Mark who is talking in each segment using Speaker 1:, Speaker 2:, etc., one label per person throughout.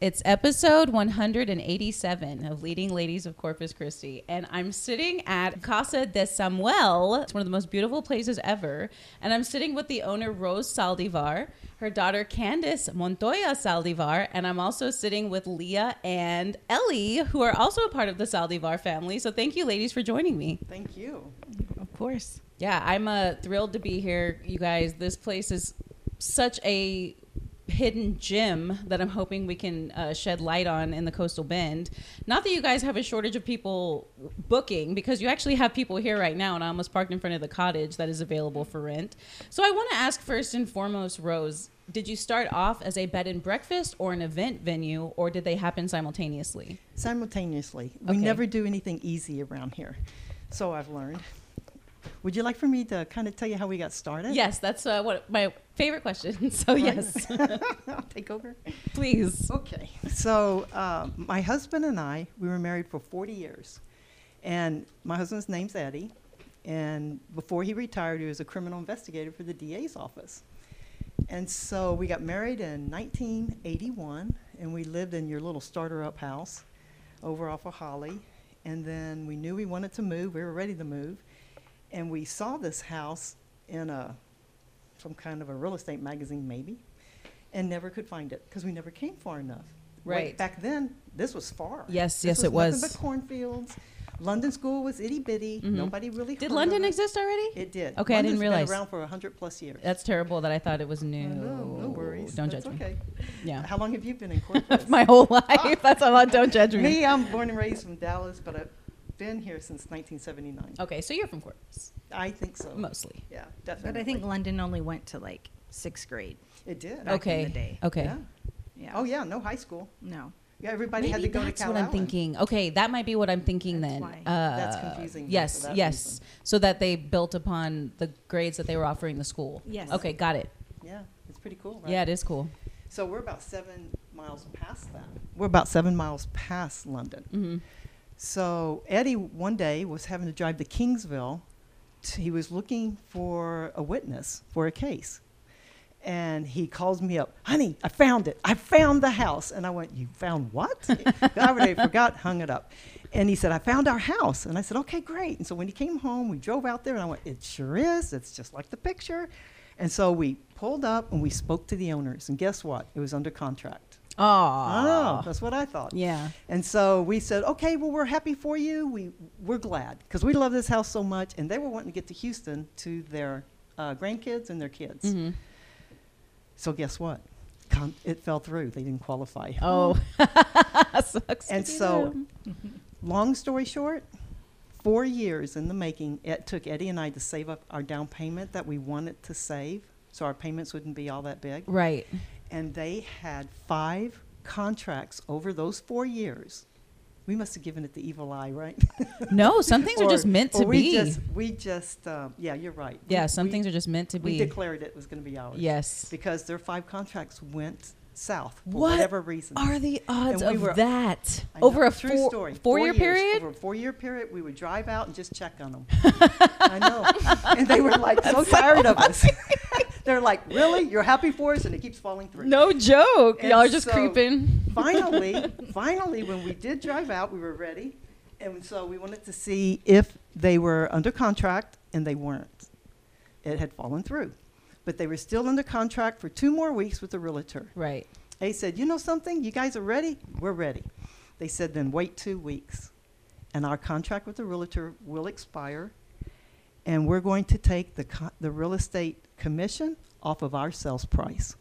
Speaker 1: It's episode 187 of Leading Ladies of Corpus Christi. And I'm sitting at Casa de Samuel. It's one of the most beautiful places ever. And I'm sitting with the owner, Rose Saldivar, her daughter, Candice Montoya Saldivar. And I'm also sitting with Leah and Ellie, who are also a part of the Saldivar family. So thank you, ladies, for joining me.
Speaker 2: Thank you.
Speaker 3: Of course.
Speaker 1: Yeah, I'm uh, thrilled to be here, you guys. This place is such a hidden gem that I'm hoping we can uh, shed light on in the coastal bend. Not that you guys have a shortage of people booking, because you actually have people here right now, and I almost parked in front of the cottage that is available for rent. So I want to ask first and foremost, Rose, did you start off as a bed and breakfast or an event venue, or did they happen simultaneously?
Speaker 2: Simultaneously, we
Speaker 1: Okay.
Speaker 2: never do anything easy around here, so I've learned. Would you like for me to kind of tell you how we got started?
Speaker 1: Yes, that's uh, what my favorite question. So yes,
Speaker 2: I'll take over.
Speaker 1: please.
Speaker 2: Okay. So uh, my husband and I, we were married for 40 years, and my husband's name's Eddie. And before he retired, he was a criminal investigator for the DA's office. And so we got married in 1981, and we lived in your little starter-up house over off of Holly. And then we knew we wanted to move. We were ready to move, and we saw this house in a some kind of a real estate magazine, maybe, and never could find it because we never came far enough. Like,
Speaker 1: Right.
Speaker 2: back then, this was far.
Speaker 1: Yes,
Speaker 2: This
Speaker 1: yes, it was.
Speaker 2: Nothing but cornfields. London School was itty bitty.
Speaker 1: Mhm.
Speaker 2: Nobody really. heard
Speaker 1: Did
Speaker 2: of
Speaker 1: London
Speaker 2: it.
Speaker 1: exist already?
Speaker 2: It did.
Speaker 1: Okay, I didn't
Speaker 2: London's
Speaker 1: realize.
Speaker 2: Been around for hundred plus years.
Speaker 1: That's terrible that I thought it was
Speaker 2: I
Speaker 1: new.
Speaker 2: know, Oh, no worries.
Speaker 1: Don't
Speaker 2: That's
Speaker 1: judge me.
Speaker 2: Okay.
Speaker 1: Yeah.
Speaker 2: How long have you been in Corpus?
Speaker 1: My whole life. That's a lot. Don't judge me.
Speaker 2: Me, I'm born and raised from Dallas, but I've been here since 1979.
Speaker 1: Okay, so you're from Corpus,
Speaker 2: I think so.
Speaker 1: mostly.
Speaker 2: Yeah, definitely.
Speaker 3: But I think London only went to like sixth grade.
Speaker 2: it did.
Speaker 3: Back
Speaker 1: okay.
Speaker 3: in the day.
Speaker 1: Oh, Okay.
Speaker 2: Yeah.
Speaker 3: Yeah.
Speaker 2: Oh yeah, no high school.
Speaker 3: No.
Speaker 2: Yeah, everybody had to
Speaker 1: Maybe
Speaker 2: go
Speaker 1: that's
Speaker 2: to Cal
Speaker 1: what I'm
Speaker 2: Allen.
Speaker 1: thinking. Okay, that might be what I'm thinking
Speaker 3: That's
Speaker 1: then.
Speaker 3: why.
Speaker 1: Uh,
Speaker 2: That's confusing then for
Speaker 1: Yes,
Speaker 2: that
Speaker 1: yes.
Speaker 2: reason.
Speaker 1: So that they built upon the grades that they were offering the school.
Speaker 3: Yes.
Speaker 1: Okay, got it.
Speaker 2: Yeah, it's pretty cool, right?
Speaker 1: Yeah, it is cool.
Speaker 2: So we're about seven miles past that. We're about seven miles past London.
Speaker 1: hmm
Speaker 2: So Eddie one day was having to drive to Kingsville. T- He was looking for a witness for a case. And he calls me up, honey, I found it. I found the house. And I went, You found what? I already forgot, hung it up. And he said, I found our house. And I said, Okay, great. And so when he came home, we drove out there and I went, It sure is. It's just like the picture. And so we pulled up and we spoke to the owners. And guess what? It was under contract. Oh,
Speaker 1: Oh.
Speaker 2: that's what I thought.
Speaker 1: Yeah.
Speaker 2: And so we said, okay, well, we're happy for you. We, we're glad because we love this house so much. And they were wanting to get to Houston to their uh, grandkids and their kids.
Speaker 1: hmm
Speaker 2: So guess what? Con- it fell through. They didn't qualify.
Speaker 1: Oh. Sucks. to
Speaker 2: And
Speaker 1: be
Speaker 2: so-
Speaker 1: them.
Speaker 2: Long story short, four years in the making, it took Eddie and I to save up our down payment that we wanted to save so our payments wouldn't be all that big.
Speaker 1: Right.
Speaker 2: And they had five contracts over those four years. We must have given it the evil eye, right?
Speaker 1: No, some things are just meant
Speaker 2: or
Speaker 1: to
Speaker 2: we
Speaker 1: be.
Speaker 2: Just, we just, um, yeah, you're right.
Speaker 1: yeah, some
Speaker 2: we,
Speaker 1: things are just meant to
Speaker 2: we
Speaker 1: be.
Speaker 2: declared it was going to be ours.
Speaker 1: Yes.
Speaker 2: Because their five contracts went south for
Speaker 1: What
Speaker 2: whatever reason.
Speaker 1: are the odds
Speaker 2: And we
Speaker 1: of
Speaker 2: were-
Speaker 1: that
Speaker 2: I know,
Speaker 1: over a
Speaker 2: true
Speaker 1: four,
Speaker 2: story.
Speaker 1: year
Speaker 2: years,
Speaker 1: period?
Speaker 2: Over a four-year period, we would drive out and just check on them. I know, and they were like so tired of us. They're like, "Really? You're happy for us?" And it keeps falling through.
Speaker 1: no joke.
Speaker 2: And
Speaker 1: Y'all are just
Speaker 2: so-
Speaker 1: creeping.
Speaker 2: finally, finally, when we did drive out, we were ready. And so we wanted to see if they were under contract, and they weren't. It had fallen through. But they were still under contract for two more weeks with the realtor.
Speaker 1: Right.
Speaker 2: They said, You know something? You guys are ready? We're ready. They said, Then wait two weeks, and our contract with the realtor will expire, and we're going to take the, co- the real estate commission off of our sales price.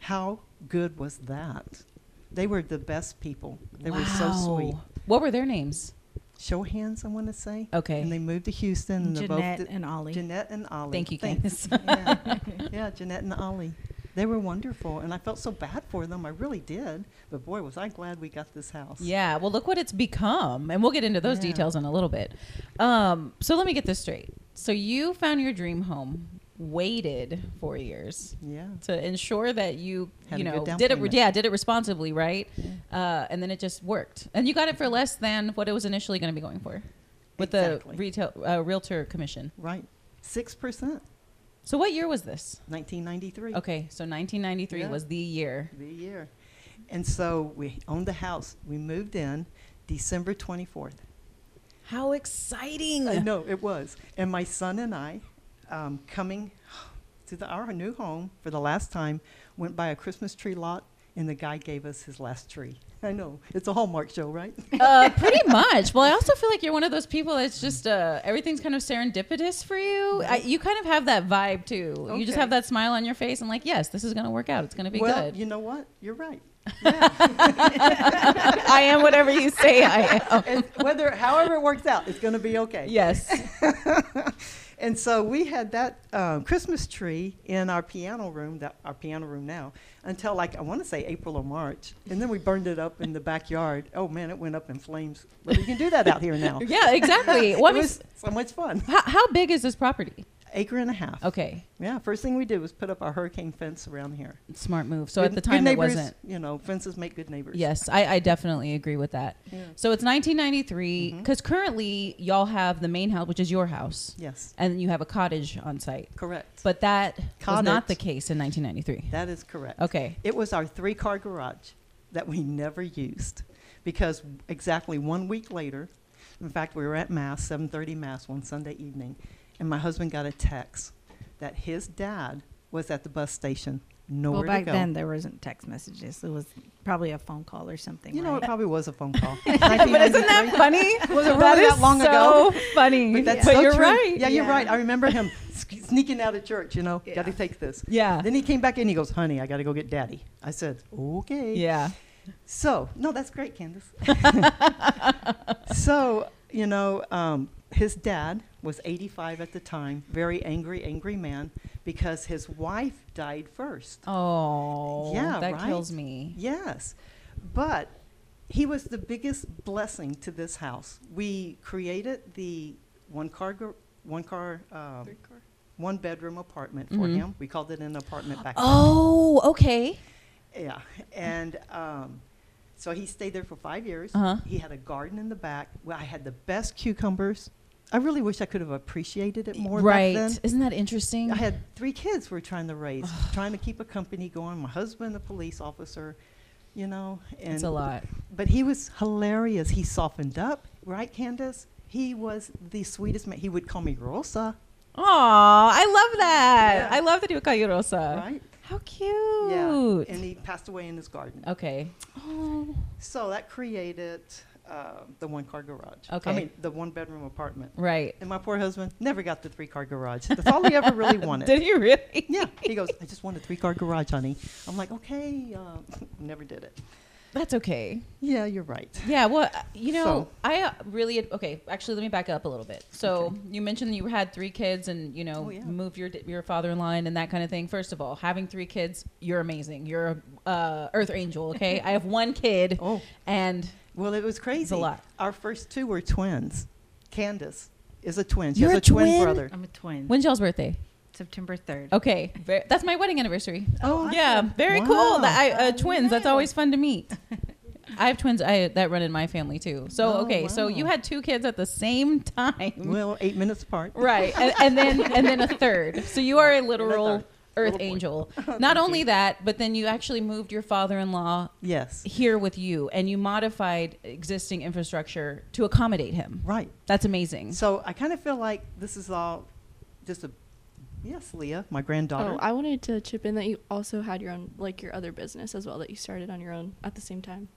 Speaker 2: How good was that? They were the best people. They were so sweet.
Speaker 1: Wow. What were their names?
Speaker 2: Show of hands, I want to say.
Speaker 1: Okay.
Speaker 2: And they moved to Houston. And they're
Speaker 3: Jeanette
Speaker 2: both
Speaker 3: and Ollie.
Speaker 2: Jeanette and Ollie.
Speaker 1: Thank you,
Speaker 2: Thanks.
Speaker 1: Candace.
Speaker 2: yeah. yeah, Jeanette and Ollie. They were wonderful, and I felt so bad for them. I really did. But boy, was I glad we got this house.
Speaker 1: yeah. Well, look what it's become, and we'll get into those
Speaker 2: Yeah.
Speaker 1: details in a little bit. Um, so let me get this straight. So you found your dream home, waited four years
Speaker 2: Yeah.
Speaker 1: to ensure that you,
Speaker 2: Had
Speaker 1: you
Speaker 2: a good
Speaker 1: know,
Speaker 2: down
Speaker 1: did it.
Speaker 2: payment.
Speaker 1: Yeah, did it responsibly, right? Uh, and then it just worked, and you got it for less than what it was initially going to be going for, with
Speaker 2: Exactly.
Speaker 1: the retail uh, realtor commission.
Speaker 2: Right. 6%,
Speaker 1: So what year was this?
Speaker 2: 1993.
Speaker 1: Okay, so 1993
Speaker 2: Yeah.
Speaker 1: was the year.
Speaker 2: The year. And so we owned the house. We moved in December 24th.
Speaker 1: How exciting!
Speaker 2: I know it was. And my son and I, um, coming to the, our new home for the last time, went by a Christmas tree lot, and the guy gave us his last tree. I know it's a Hallmark show, right?
Speaker 1: Uh, pretty much. Well, I also feel like you're one of those people that's just uh, everything's kind of serendipitous for you. I, you kind of have that vibe too. You just
Speaker 2: Okay.
Speaker 1: have that smile on your face and like, yes, this is gonna work out. It's gonna be
Speaker 2: well,
Speaker 1: good.
Speaker 2: you know what? You're right.
Speaker 1: I am whatever you say I am.
Speaker 2: And whether, however it works out, it's going to be okay.
Speaker 1: Yes.
Speaker 2: and so we had that um, Christmas tree in our piano room, that our piano room now, until like I want to say April or March, and then we burned it up in the backyard. Oh man, it went up in flames. But you can do that out here now.
Speaker 1: Yeah. Exactly. What
Speaker 2: Oh. it was so much fun.
Speaker 1: how, how big is this property?
Speaker 2: Acre and a half.
Speaker 1: Okay.
Speaker 2: Yeah. First thing we did was put up our hurricane fence around here.
Speaker 1: Smart move. So
Speaker 2: Good-
Speaker 1: at the
Speaker 2: good
Speaker 1: time it
Speaker 2: neighbors,
Speaker 1: wasn't.
Speaker 2: You know, fences make good neighbors.
Speaker 1: Yes, I, I definitely agree with that.
Speaker 2: Yeah.
Speaker 1: So it's 1993
Speaker 2: Mm-hmm.
Speaker 1: because currently y'all have the main house, which is your house,
Speaker 2: Yes.
Speaker 1: and you have a cottage on site.
Speaker 2: Correct.
Speaker 1: But that was not
Speaker 2: Cottage.
Speaker 1: the case in 1993.
Speaker 2: that is correct.
Speaker 1: Okay.
Speaker 2: It was our three car garage that we never used because exactly one week later, in fact, we were at mass, 7:30 mass one Sunday evening, and my husband got a text that his dad was at the bus station, nowhere
Speaker 3: well, back
Speaker 2: to go.
Speaker 3: then there wasn't text messages. It was probably a phone call or something.
Speaker 2: you know, it
Speaker 3: right?
Speaker 2: probably was a phone call.
Speaker 1: But isn't that funny?
Speaker 2: Was it really
Speaker 1: that
Speaker 2: that
Speaker 1: is
Speaker 2: long
Speaker 1: so
Speaker 2: ago?
Speaker 1: funny.
Speaker 2: But
Speaker 1: But,
Speaker 2: that's so
Speaker 1: you're
Speaker 2: true.
Speaker 1: right.
Speaker 2: Yeah, you're
Speaker 3: Yeah.
Speaker 2: right. I remember him sk- sneaking out of church. You know,
Speaker 3: Yeah.
Speaker 2: got to take this.
Speaker 1: Yeah.
Speaker 2: Then he came back in. He goes, "Honey, I got to go get Daddy." I said, "Okay."
Speaker 1: Yeah.
Speaker 2: So, no, that's great, Candace. so, you know, um, his dad was 85 at the time, very angry, angry man, because his wife died first.
Speaker 1: Oh,
Speaker 2: Yeah,
Speaker 1: that
Speaker 2: right?
Speaker 1: kills me.
Speaker 2: Yes. But he was the biggest blessing to this house. We created the one car, gar- one car, um, one bedroom apartment for
Speaker 1: Mhm.
Speaker 2: him. We called it an apartment back then.
Speaker 1: Oh, okay.
Speaker 2: Yeah, and um, so he stayed there for five years.
Speaker 1: Uh-huh.
Speaker 2: He had a garden in the back. Well, I had the best cucumbers. I really wish I could have appreciated it more
Speaker 1: right.
Speaker 2: back then.
Speaker 1: Isn't that interesting?
Speaker 2: I had three kids we we're trying to raise, trying to keep a company going. My husband, a police officer, you know, and
Speaker 1: it's a lot.
Speaker 2: But he was hilarious. He softened up, right, Candace? He was the sweetest man. He would call me Rosa,
Speaker 1: Aw, I love that.
Speaker 2: Yeah.
Speaker 1: I love that he would call you Rosa.
Speaker 2: right?
Speaker 1: How
Speaker 2: Yeah,
Speaker 1: Uh, cute.
Speaker 2: and he passed away in his garden.
Speaker 1: okay. Oh.
Speaker 2: So that created uh, the one car garage.
Speaker 1: Okay.
Speaker 2: I mean, the one bedroom apartment.
Speaker 1: Right.
Speaker 2: And my poor husband never got the three car garage. That's all he ever really wanted.
Speaker 1: Did he really?
Speaker 2: yeah. He goes, I just want a three car garage, honey. I'm like, okay. Uh, never did it.
Speaker 1: That's okay.
Speaker 2: Yeah, you're right.
Speaker 1: Yeah, well, uh, you know,
Speaker 2: So-
Speaker 1: I uh, really ad- okay. Actually, let me back up a little bit. So you mentioned that you had three kids, and you know,
Speaker 2: Oh, yeah.
Speaker 1: move your d- your father in line and that kind of thing. First of all, having three kids, you're amazing. You're a uh, Earth Angel. Okay, I have one kid,
Speaker 2: Oh,
Speaker 1: and
Speaker 2: well, it was crazy.
Speaker 1: lot.
Speaker 2: Our first two were twins. Candace is a twin. She
Speaker 1: You're a
Speaker 2: has a twin,
Speaker 1: twin?
Speaker 2: brother.
Speaker 3: I'm a twin.
Speaker 1: when's y'all's birthday?
Speaker 3: September 3rd.
Speaker 1: Okay, ver- that's my wedding anniversary.
Speaker 2: Oh,
Speaker 1: yeah,
Speaker 2: awesome.
Speaker 1: very
Speaker 2: Wow.
Speaker 1: cool. That I, uh, twins. That's
Speaker 3: wow.
Speaker 1: always fun to meet. I have twins. I that run in my family too. So
Speaker 2: Oh,
Speaker 1: okay, so
Speaker 2: wow.
Speaker 1: you had two kids at the same time.
Speaker 2: Well, eight minutes apart.
Speaker 1: right and, and then and then a third so you are a
Speaker 2: And
Speaker 1: literal
Speaker 2: a third.
Speaker 1: earth
Speaker 2: Little boy. Oh,
Speaker 1: angel not only that but then you actually moved your father-in-law
Speaker 2: Yes.
Speaker 1: here with you and you modified existing infrastructure to accommodate him
Speaker 2: Right.
Speaker 1: that's amazing
Speaker 2: So I kind of feel like this is all just a. Yes, Leah, my granddaughter.
Speaker 4: Oh, I wanted to chip in that you also had your own, like your other business as well that you started on your own at the same time.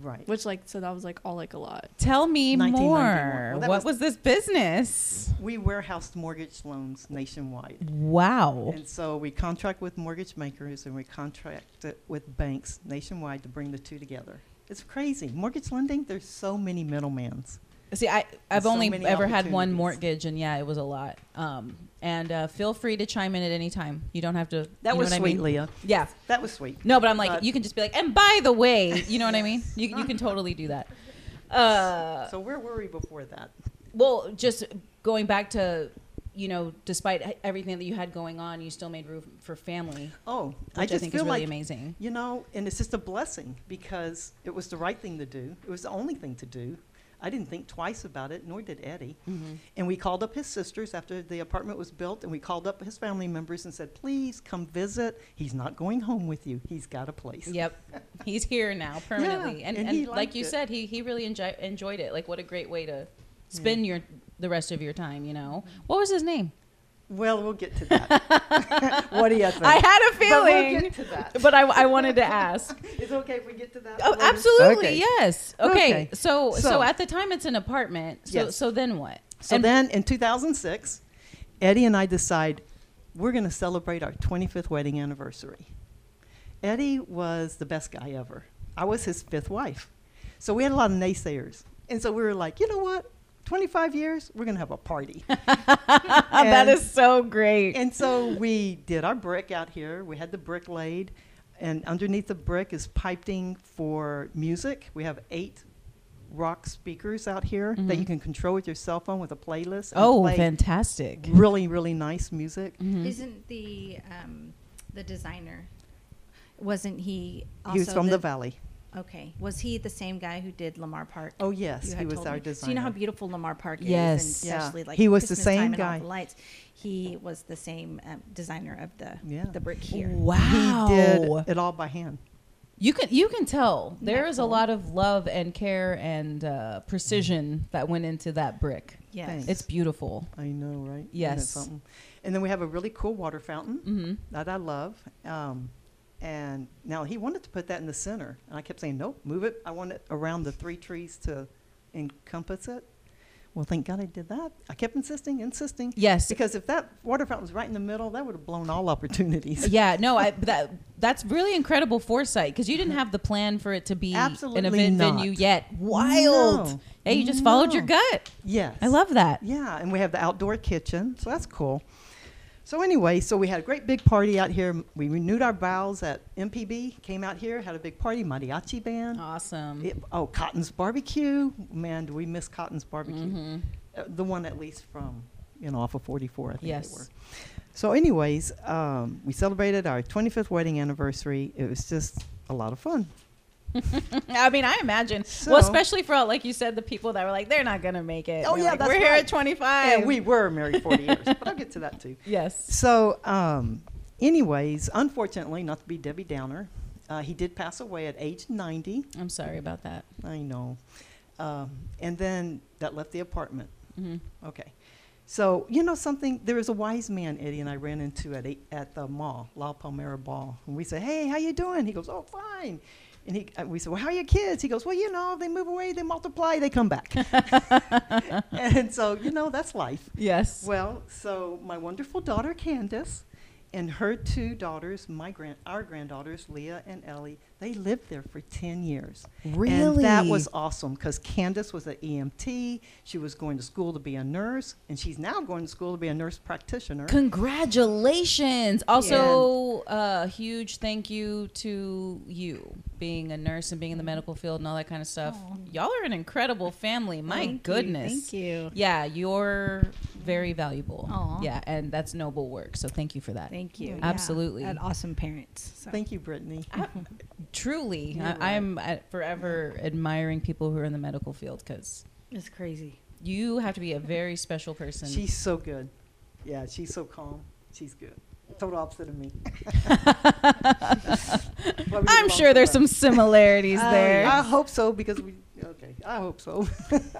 Speaker 2: right.
Speaker 4: Which, like, so that was like all like a lot.
Speaker 1: tell me
Speaker 2: 1991.
Speaker 1: more
Speaker 2: Well, that
Speaker 1: what was,
Speaker 2: was-
Speaker 1: this business
Speaker 2: We warehouse mortgage loans nationwide.
Speaker 1: wow
Speaker 2: And so we contract with mortgage makers and we contract it with banks nationwide to bring the two together. It's crazy. Mortgage lending, there's so many middlemans.
Speaker 1: See, I, I've
Speaker 2: so
Speaker 1: only
Speaker 2: many
Speaker 1: ever had one
Speaker 2: opportunities.
Speaker 1: mortgage, and yeah, it was a lot. Um, and uh, feel free to chime in at any time. You don't have to. you
Speaker 2: That
Speaker 1: know
Speaker 2: was
Speaker 1: what I
Speaker 2: sweet,
Speaker 1: mean?
Speaker 2: Leah.
Speaker 1: Yeah.
Speaker 2: That was sweet.
Speaker 1: No, but I'm like,
Speaker 2: But-
Speaker 1: you can just be like, and by the way, you know what I mean? You, you can totally do that. Uh,
Speaker 2: So where were we before that?
Speaker 1: well, just going back to, you know, despite everything that you had going on, you still made room for family,
Speaker 2: Oh,
Speaker 1: which
Speaker 2: I
Speaker 1: I,
Speaker 2: just
Speaker 1: think is
Speaker 2: feel
Speaker 1: really
Speaker 2: like
Speaker 1: amazing.
Speaker 2: You know, and it's just a blessing because it was the right thing to do. It was the only thing to do. I didn't think twice about it, nor did Eddie.
Speaker 1: Mhm.
Speaker 2: And we called up his sisters after the apartment was built, and we called up his family members and said, please come visit. He's not going home with you. He's got a place.
Speaker 1: Yep, he's here now permanently,
Speaker 2: Yeah,
Speaker 1: and,
Speaker 2: and
Speaker 1: and,
Speaker 2: he
Speaker 1: like
Speaker 2: liked
Speaker 1: you
Speaker 2: it.
Speaker 1: said, he he really enjoy, enjoyed it. Like, what a great way to
Speaker 2: Hmm.
Speaker 1: spend your the rest of your time. You know, what was his name?
Speaker 2: Well, we'll get to that. what do you think?
Speaker 1: I had a
Speaker 2: But
Speaker 1: feeling,
Speaker 2: we'll get to that.
Speaker 1: but I I wanted to ask.
Speaker 2: It's okay if we get to that.
Speaker 1: Oh,
Speaker 2: later?
Speaker 1: absolutely,
Speaker 2: Okay.
Speaker 1: yes. Okay.
Speaker 2: Okay.
Speaker 1: So, so
Speaker 2: So-
Speaker 1: at the time it's an apartment. So
Speaker 2: Yes.
Speaker 1: so then what?
Speaker 2: So
Speaker 1: And-
Speaker 2: then in 2006, Eddie and I decide we're going to celebrate our 25th wedding anniversary. Eddie was the best guy ever. I was his fifth wife. So we had a lot of naysayers. And so we were like, you know what? 25 years, we're going to have a party.
Speaker 1: that
Speaker 2: and-
Speaker 1: is so great.
Speaker 2: and so we did our brick out here. We had the brick laid, and underneath the brick is piping for music. We have eight rock speakers out here that
Speaker 1: Mhm.
Speaker 5: Mm-hmm.
Speaker 2: you can control with your cell phone with a playlist. and
Speaker 1: oh,
Speaker 2: play
Speaker 1: fantastic.
Speaker 2: really, really nice music.
Speaker 5: Mm-hmm.
Speaker 3: mm-hmm.
Speaker 1: Mhm.
Speaker 5: Isn't the um, the designer? Wasn't he? Also
Speaker 2: He was from the, valley.
Speaker 5: Okay, was he the same guy who did Lamar Park?
Speaker 2: Oh
Speaker 5: You
Speaker 2: yes,
Speaker 5: had
Speaker 2: he was
Speaker 5: told
Speaker 2: our
Speaker 5: me.
Speaker 2: designer.
Speaker 5: So you know how beautiful Lamar Park is,
Speaker 1: Yes.
Speaker 5: and
Speaker 2: Yeah.
Speaker 5: especially like
Speaker 2: He was the
Speaker 5: Christmas
Speaker 2: same
Speaker 5: time and all
Speaker 2: guy.
Speaker 5: the lights. He was the same um, designer of the
Speaker 2: Yeah.
Speaker 5: the brick here.
Speaker 1: Wow.
Speaker 2: He did it all by hand.
Speaker 1: You can you can tell
Speaker 5: Isn't
Speaker 1: there
Speaker 5: that
Speaker 1: is a
Speaker 5: cool?
Speaker 1: lot of love and care and uh, precision that went into that brick.
Speaker 5: Yes,
Speaker 2: Thanks.
Speaker 1: It's beautiful.
Speaker 2: I know, right? Isn't that
Speaker 1: Yes.
Speaker 2: something? And then we have a really cool water fountain.
Speaker 1: hmm
Speaker 2: that I love. Um, and now he wanted to put that in the center, and I kept saying, "Nope, move it. I want it around the three trees to encompass it." Well, thank God I did that. I kept insisting, insisting,
Speaker 1: Yes.
Speaker 2: because if that water fountain was right in the middle, that would have blown all opportunities.
Speaker 1: yeah. No. I that that's really incredible foresight because you didn't have the plan for it to be an
Speaker 2: Absolutely
Speaker 1: event
Speaker 2: not.
Speaker 1: venue yet. Wild.
Speaker 2: No.
Speaker 1: Yeah. You just followed your
Speaker 2: No.
Speaker 1: gut.
Speaker 2: Yes,
Speaker 1: I love that.
Speaker 2: Yeah, and we have the outdoor kitchen, so that's cool. So anyway, so we had a great big party out here. We renewed our vows at MPB. Came out here, had a big party, mariachi band.
Speaker 1: Awesome.
Speaker 2: It- oh, Cotton's Barbecue. Man, do we miss Cotton's Barbecue?
Speaker 1: Mhm.
Speaker 2: Uh, the one at least from you know off of 44 i think
Speaker 1: Yes.
Speaker 2: they were so anyways um, we celebrated our 25th wedding anniversary it was just a lot of fun
Speaker 1: I mean, I imagine. well,
Speaker 2: So-
Speaker 1: especially for like you said, the people that were like, they're not gonna make it.
Speaker 2: Oh,
Speaker 1: They're
Speaker 2: yeah,
Speaker 1: like,
Speaker 2: that's
Speaker 1: we're here
Speaker 2: right.
Speaker 1: at twenty five.
Speaker 2: and we were married 40 years but i'll get to that too
Speaker 1: yes.
Speaker 2: so um, anyways unfortunately not to be debbie downer uh, he did pass away at age 90
Speaker 1: I'm sorry about that.
Speaker 2: i know um, and then that left the apartment
Speaker 1: Mhm.
Speaker 2: Okay. So, you know something, there was a wise man, Eddie, and I ran into at, eight, at the mall, La Palmera Ball. And we said, hey, how you doing? He goes, oh, fine. And he, uh, we said, well, how are your kids? He goes, well, you know, they move away, they multiply, they come back.
Speaker 1: Mm-hmm.
Speaker 2: and so, you know, that's life.
Speaker 1: Yes.
Speaker 2: Well, so my wonderful daughter, Candace, and her two daughters, my grand, our granddaughters, Leah and Ellie, they lived there for 10 years. And that was awesome because Candace was an EMT. She was going to school to be a nurse, and she's now going to school to be a nurse practitioner.
Speaker 1: Congratulations. Also, a huge thank you to you being a nurse and being in the medical field and all that kind of stuff.
Speaker 3: Aw.
Speaker 1: Y'all are an incredible family. My
Speaker 3: Thank you,
Speaker 1: goodness.
Speaker 3: thank you.
Speaker 1: Yeah, you're very valuable.
Speaker 3: Aw.
Speaker 1: Yeah, and that's noble work. So thank you for that.
Speaker 3: Thank you.
Speaker 1: Yeah. Absolutely.
Speaker 3: And awesome parents. So.
Speaker 2: Thank you, Brittany.
Speaker 1: Truly,
Speaker 2: You're
Speaker 1: I,
Speaker 2: right.
Speaker 1: I'm uh, forever admiring people who are in the medical field because
Speaker 3: It's crazy.
Speaker 1: you have to be a very special person.
Speaker 2: She's so good. Yeah, she's so calm. She's good. Total opposite of me. Well, we
Speaker 1: I'm
Speaker 2: belong
Speaker 1: sure there's some
Speaker 2: together.
Speaker 1: similarities
Speaker 3: Oh,
Speaker 1: there.
Speaker 2: I hope so because we. Okay, I hope so.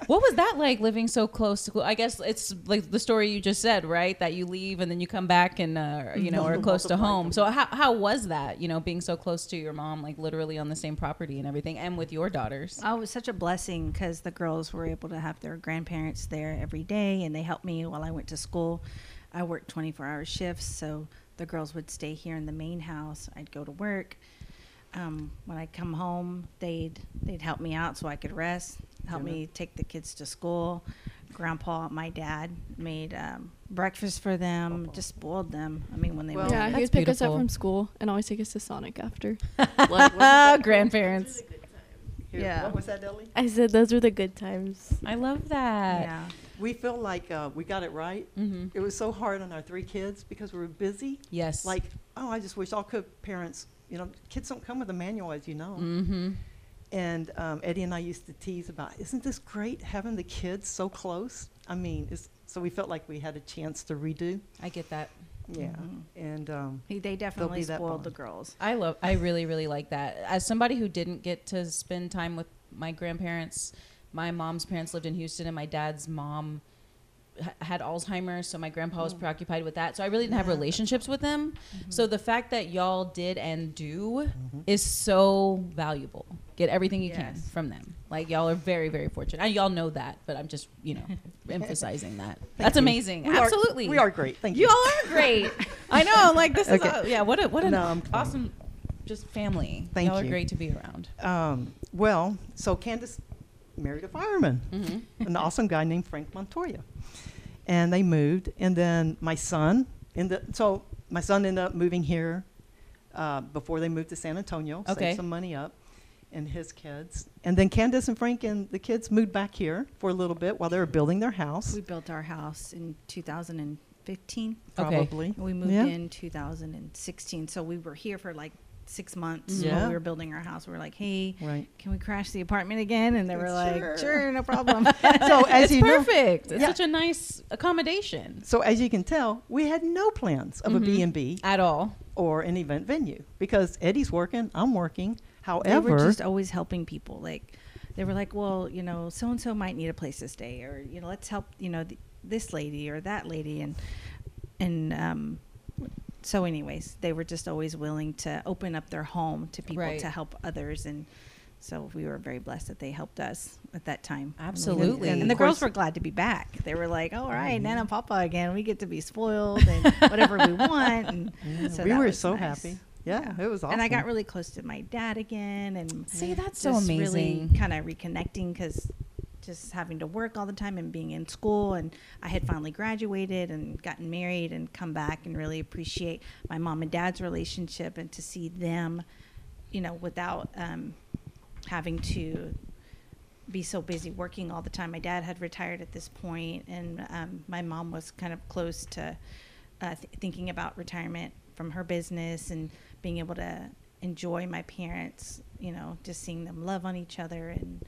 Speaker 1: What was that like living so close to? I guess it's like the story you just said, right? That you leave and then you come back and uh, you know are close to home. So how how was that? You know, being so close to your mom, like literally on the same property and everything, and with your daughters.
Speaker 3: Oh, it was such a blessing because the girls were able to have their grandparents there every day, and they helped me while I went to school. I worked 24 hour shifts, so the girls would stay here in the main house. I'd go to work. Um, when I come home, they'd they'd help me out so I could rest, help me take the kids to school. Grandpa, my dad made um, breakfast for them, just spoiled them. I mean, when they
Speaker 2: Well,
Speaker 3: were
Speaker 4: yeah,
Speaker 1: that's
Speaker 4: he would pick us
Speaker 1: beautiful.
Speaker 4: up from school and always take us to Sonic after.
Speaker 1: Ah, grandparents.
Speaker 2: Here,
Speaker 3: Yeah.
Speaker 2: What was that, Ellie?
Speaker 4: I said those were the good times.
Speaker 1: I love that.
Speaker 3: yeah,
Speaker 2: We feel like uh, we got it right.
Speaker 1: Mm-hmm.
Speaker 2: It was so hard on our three kids because we were busy.
Speaker 1: Yes.
Speaker 2: Like, oh, I just wish all could parents. You know, kids don't come with a manual, as you know.
Speaker 1: Mm-hmm.
Speaker 2: And um, Eddie and I used to tease about, isn't this great having the kids so close? I mean, it's, so we felt like we had a chance to redo.
Speaker 1: I get that.
Speaker 2: Yeah.
Speaker 3: Mhm.
Speaker 2: And um,
Speaker 3: He- They definitely
Speaker 2: be that
Speaker 3: spoiled the
Speaker 2: bond.
Speaker 3: girls.
Speaker 1: I love. I really, really like that. As somebody who didn't get to spend time with my grandparents, my mom's parents lived in Houston, and my dad's mom h- had Alzheimer's, so my grandpa was preoccupied with that. So I really didn't have
Speaker 2: Oh. Yeah. Mm-hmm.
Speaker 1: relationships with them. So the fact that y'all did and do is so valuable. Get everything you can
Speaker 3: Yes.
Speaker 1: from them. Like y'all are very, very fortunate. I, y'all know that, but I'm just, you know, emphasizing that. That's amazing.
Speaker 2: we are-
Speaker 1: Absolutely.
Speaker 2: we are great. Thank you.
Speaker 1: You all are great. I know. I'm like this
Speaker 2: Okay.
Speaker 1: is a, yeah. What a what an
Speaker 2: No, I'm fine.
Speaker 1: awesome just family.
Speaker 2: Thank
Speaker 1: Y'all are
Speaker 2: you.
Speaker 1: great to be around.
Speaker 2: Um, well, so Candace married a fireman,
Speaker 1: Mhm.
Speaker 2: an awesome guy named Frank Montoya, and they moved. And then my son ended. So my son ended up moving here uh, before they moved to San Antonio.
Speaker 1: Okay.
Speaker 2: Saved some money up, and his kids. And then Candace and Frank and the kids moved back here for a little bit while they were building their house.
Speaker 3: We built our house in 2015.
Speaker 1: Okay.
Speaker 2: Probably.
Speaker 3: We moved
Speaker 2: Yeah.
Speaker 3: in 2016, so we were here for like six months
Speaker 2: Mm. Yeah.
Speaker 3: while we were building our house. We were like, "Hey,
Speaker 2: Right.
Speaker 3: can we crash the apartment again?" And they were like,
Speaker 2: Sure.
Speaker 3: "Sure, no problem."
Speaker 2: So as
Speaker 1: it's
Speaker 2: you know-
Speaker 1: perfect. it's
Speaker 2: Yeah.
Speaker 1: such a nice accommodation
Speaker 2: So as you can tell, we had no plans of
Speaker 1: Mhm.
Speaker 3: Mm-hmm.
Speaker 2: a B&B
Speaker 1: at all.
Speaker 2: or an event venue because Eddie's working, I'm working.
Speaker 3: they
Speaker 2: However,
Speaker 3: were just always helping people. Like, they were like, "Well, you know, so and so might need a place to stay, or you know, let's help, you know, th- this lady or that lady." And and um, so, anyways, they were just always willing to open up their home to people
Speaker 1: Right.
Speaker 3: to help others and. So we were very blessed that they helped us at that time.
Speaker 1: Absolutely.
Speaker 3: And,
Speaker 2: And
Speaker 3: the
Speaker 2: of
Speaker 3: girls
Speaker 2: course- Mm-hmm.
Speaker 3: were glad to be back. They were like, "All right, Nana and Papa again. We get to be spoiled and whatever we want." And
Speaker 2: Yeah,
Speaker 3: so
Speaker 2: we
Speaker 3: that
Speaker 2: were
Speaker 3: was
Speaker 2: so
Speaker 3: nice.
Speaker 2: happy. Yeah, it was awesome.
Speaker 3: And I got really close to my dad again, and
Speaker 1: See, that's so
Speaker 3: just
Speaker 1: amazing.
Speaker 3: Really kind of reconnecting because just having to work all the time and being in school, and I had finally graduated and gotten married and come back and really appreciate my mom and dad's relationship and to see them, you know, without um, having to be so busy working all the time. My dad had retired at this point, and um, my mom was kind of close to uh, th- thinking about retirement from her business and being able to enjoy my parents. You know, just seeing them love on each other and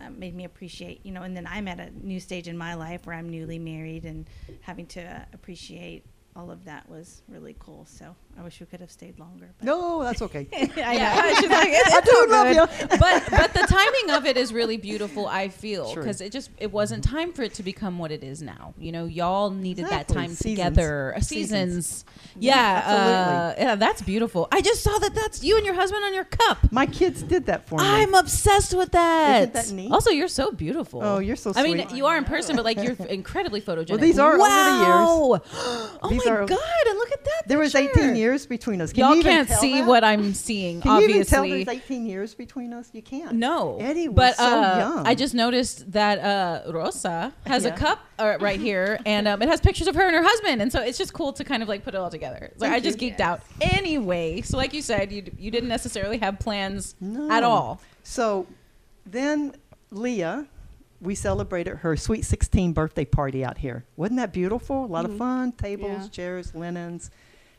Speaker 3: um, made me appreciate. You know, and then I'm at a new stage in my life where I'm newly married and having to uh, appreciate all of that was really cool. So I wish we could have stayed longer. But
Speaker 2: No, that's okay.
Speaker 3: I
Speaker 1: Yeah,
Speaker 3: know.
Speaker 1: she's like, it's
Speaker 2: I do
Speaker 1: all
Speaker 2: love
Speaker 1: good.
Speaker 2: you.
Speaker 1: but but the timing of it is really beautiful. I feel
Speaker 2: Sure.
Speaker 1: because it just it wasn't time for it to become what it is now. You know, y'all needed that
Speaker 2: Exactly.
Speaker 1: time
Speaker 2: Seasons.
Speaker 1: together. Uh, Seasons,
Speaker 2: Seasons.
Speaker 1: yeah,
Speaker 2: absolutely.
Speaker 1: uh, yeah, that's beautiful. I just saw that that's you and your husband on your cup.
Speaker 2: My kids did that for me.
Speaker 1: I'm obsessed with that.
Speaker 2: Isn't that neat?
Speaker 1: Also, you're so beautiful.
Speaker 2: Oh, you're so
Speaker 1: I mean,
Speaker 2: sweet.
Speaker 1: you are in person, but like you're incredibly photogenic.
Speaker 2: these are over the
Speaker 1: wow. oh
Speaker 2: These
Speaker 1: my
Speaker 2: are-
Speaker 1: god! And look at that.
Speaker 2: there was
Speaker 1: picture.
Speaker 2: 18 years between us. Can
Speaker 1: Y'all
Speaker 2: you even
Speaker 1: can't
Speaker 2: tell
Speaker 1: see
Speaker 2: that?
Speaker 1: what I'm seeing.
Speaker 2: Can
Speaker 1: obviously,
Speaker 2: you even tell there's 18 years between us? You can't.
Speaker 1: no,
Speaker 2: Eddie was
Speaker 1: but
Speaker 2: so
Speaker 1: uh,
Speaker 2: young.
Speaker 1: I just noticed that uh, Rosa has a
Speaker 2: Yeah.
Speaker 1: cup uh, right here, and um, it has pictures of her and her husband, and so it's just cool to kind of like put it all together. It's Like
Speaker 2: Thank
Speaker 1: I just
Speaker 2: you.
Speaker 1: geeked out. Anyway, so like you said, you d- you didn't necessarily have plans
Speaker 2: No.
Speaker 1: at all.
Speaker 2: So then Leah, we celebrated her sweet 16 birthday party out here. Wasn't that beautiful? A lot of
Speaker 4: Mhm.
Speaker 2: fun. Tables,
Speaker 4: Yeah.
Speaker 2: chairs, linens.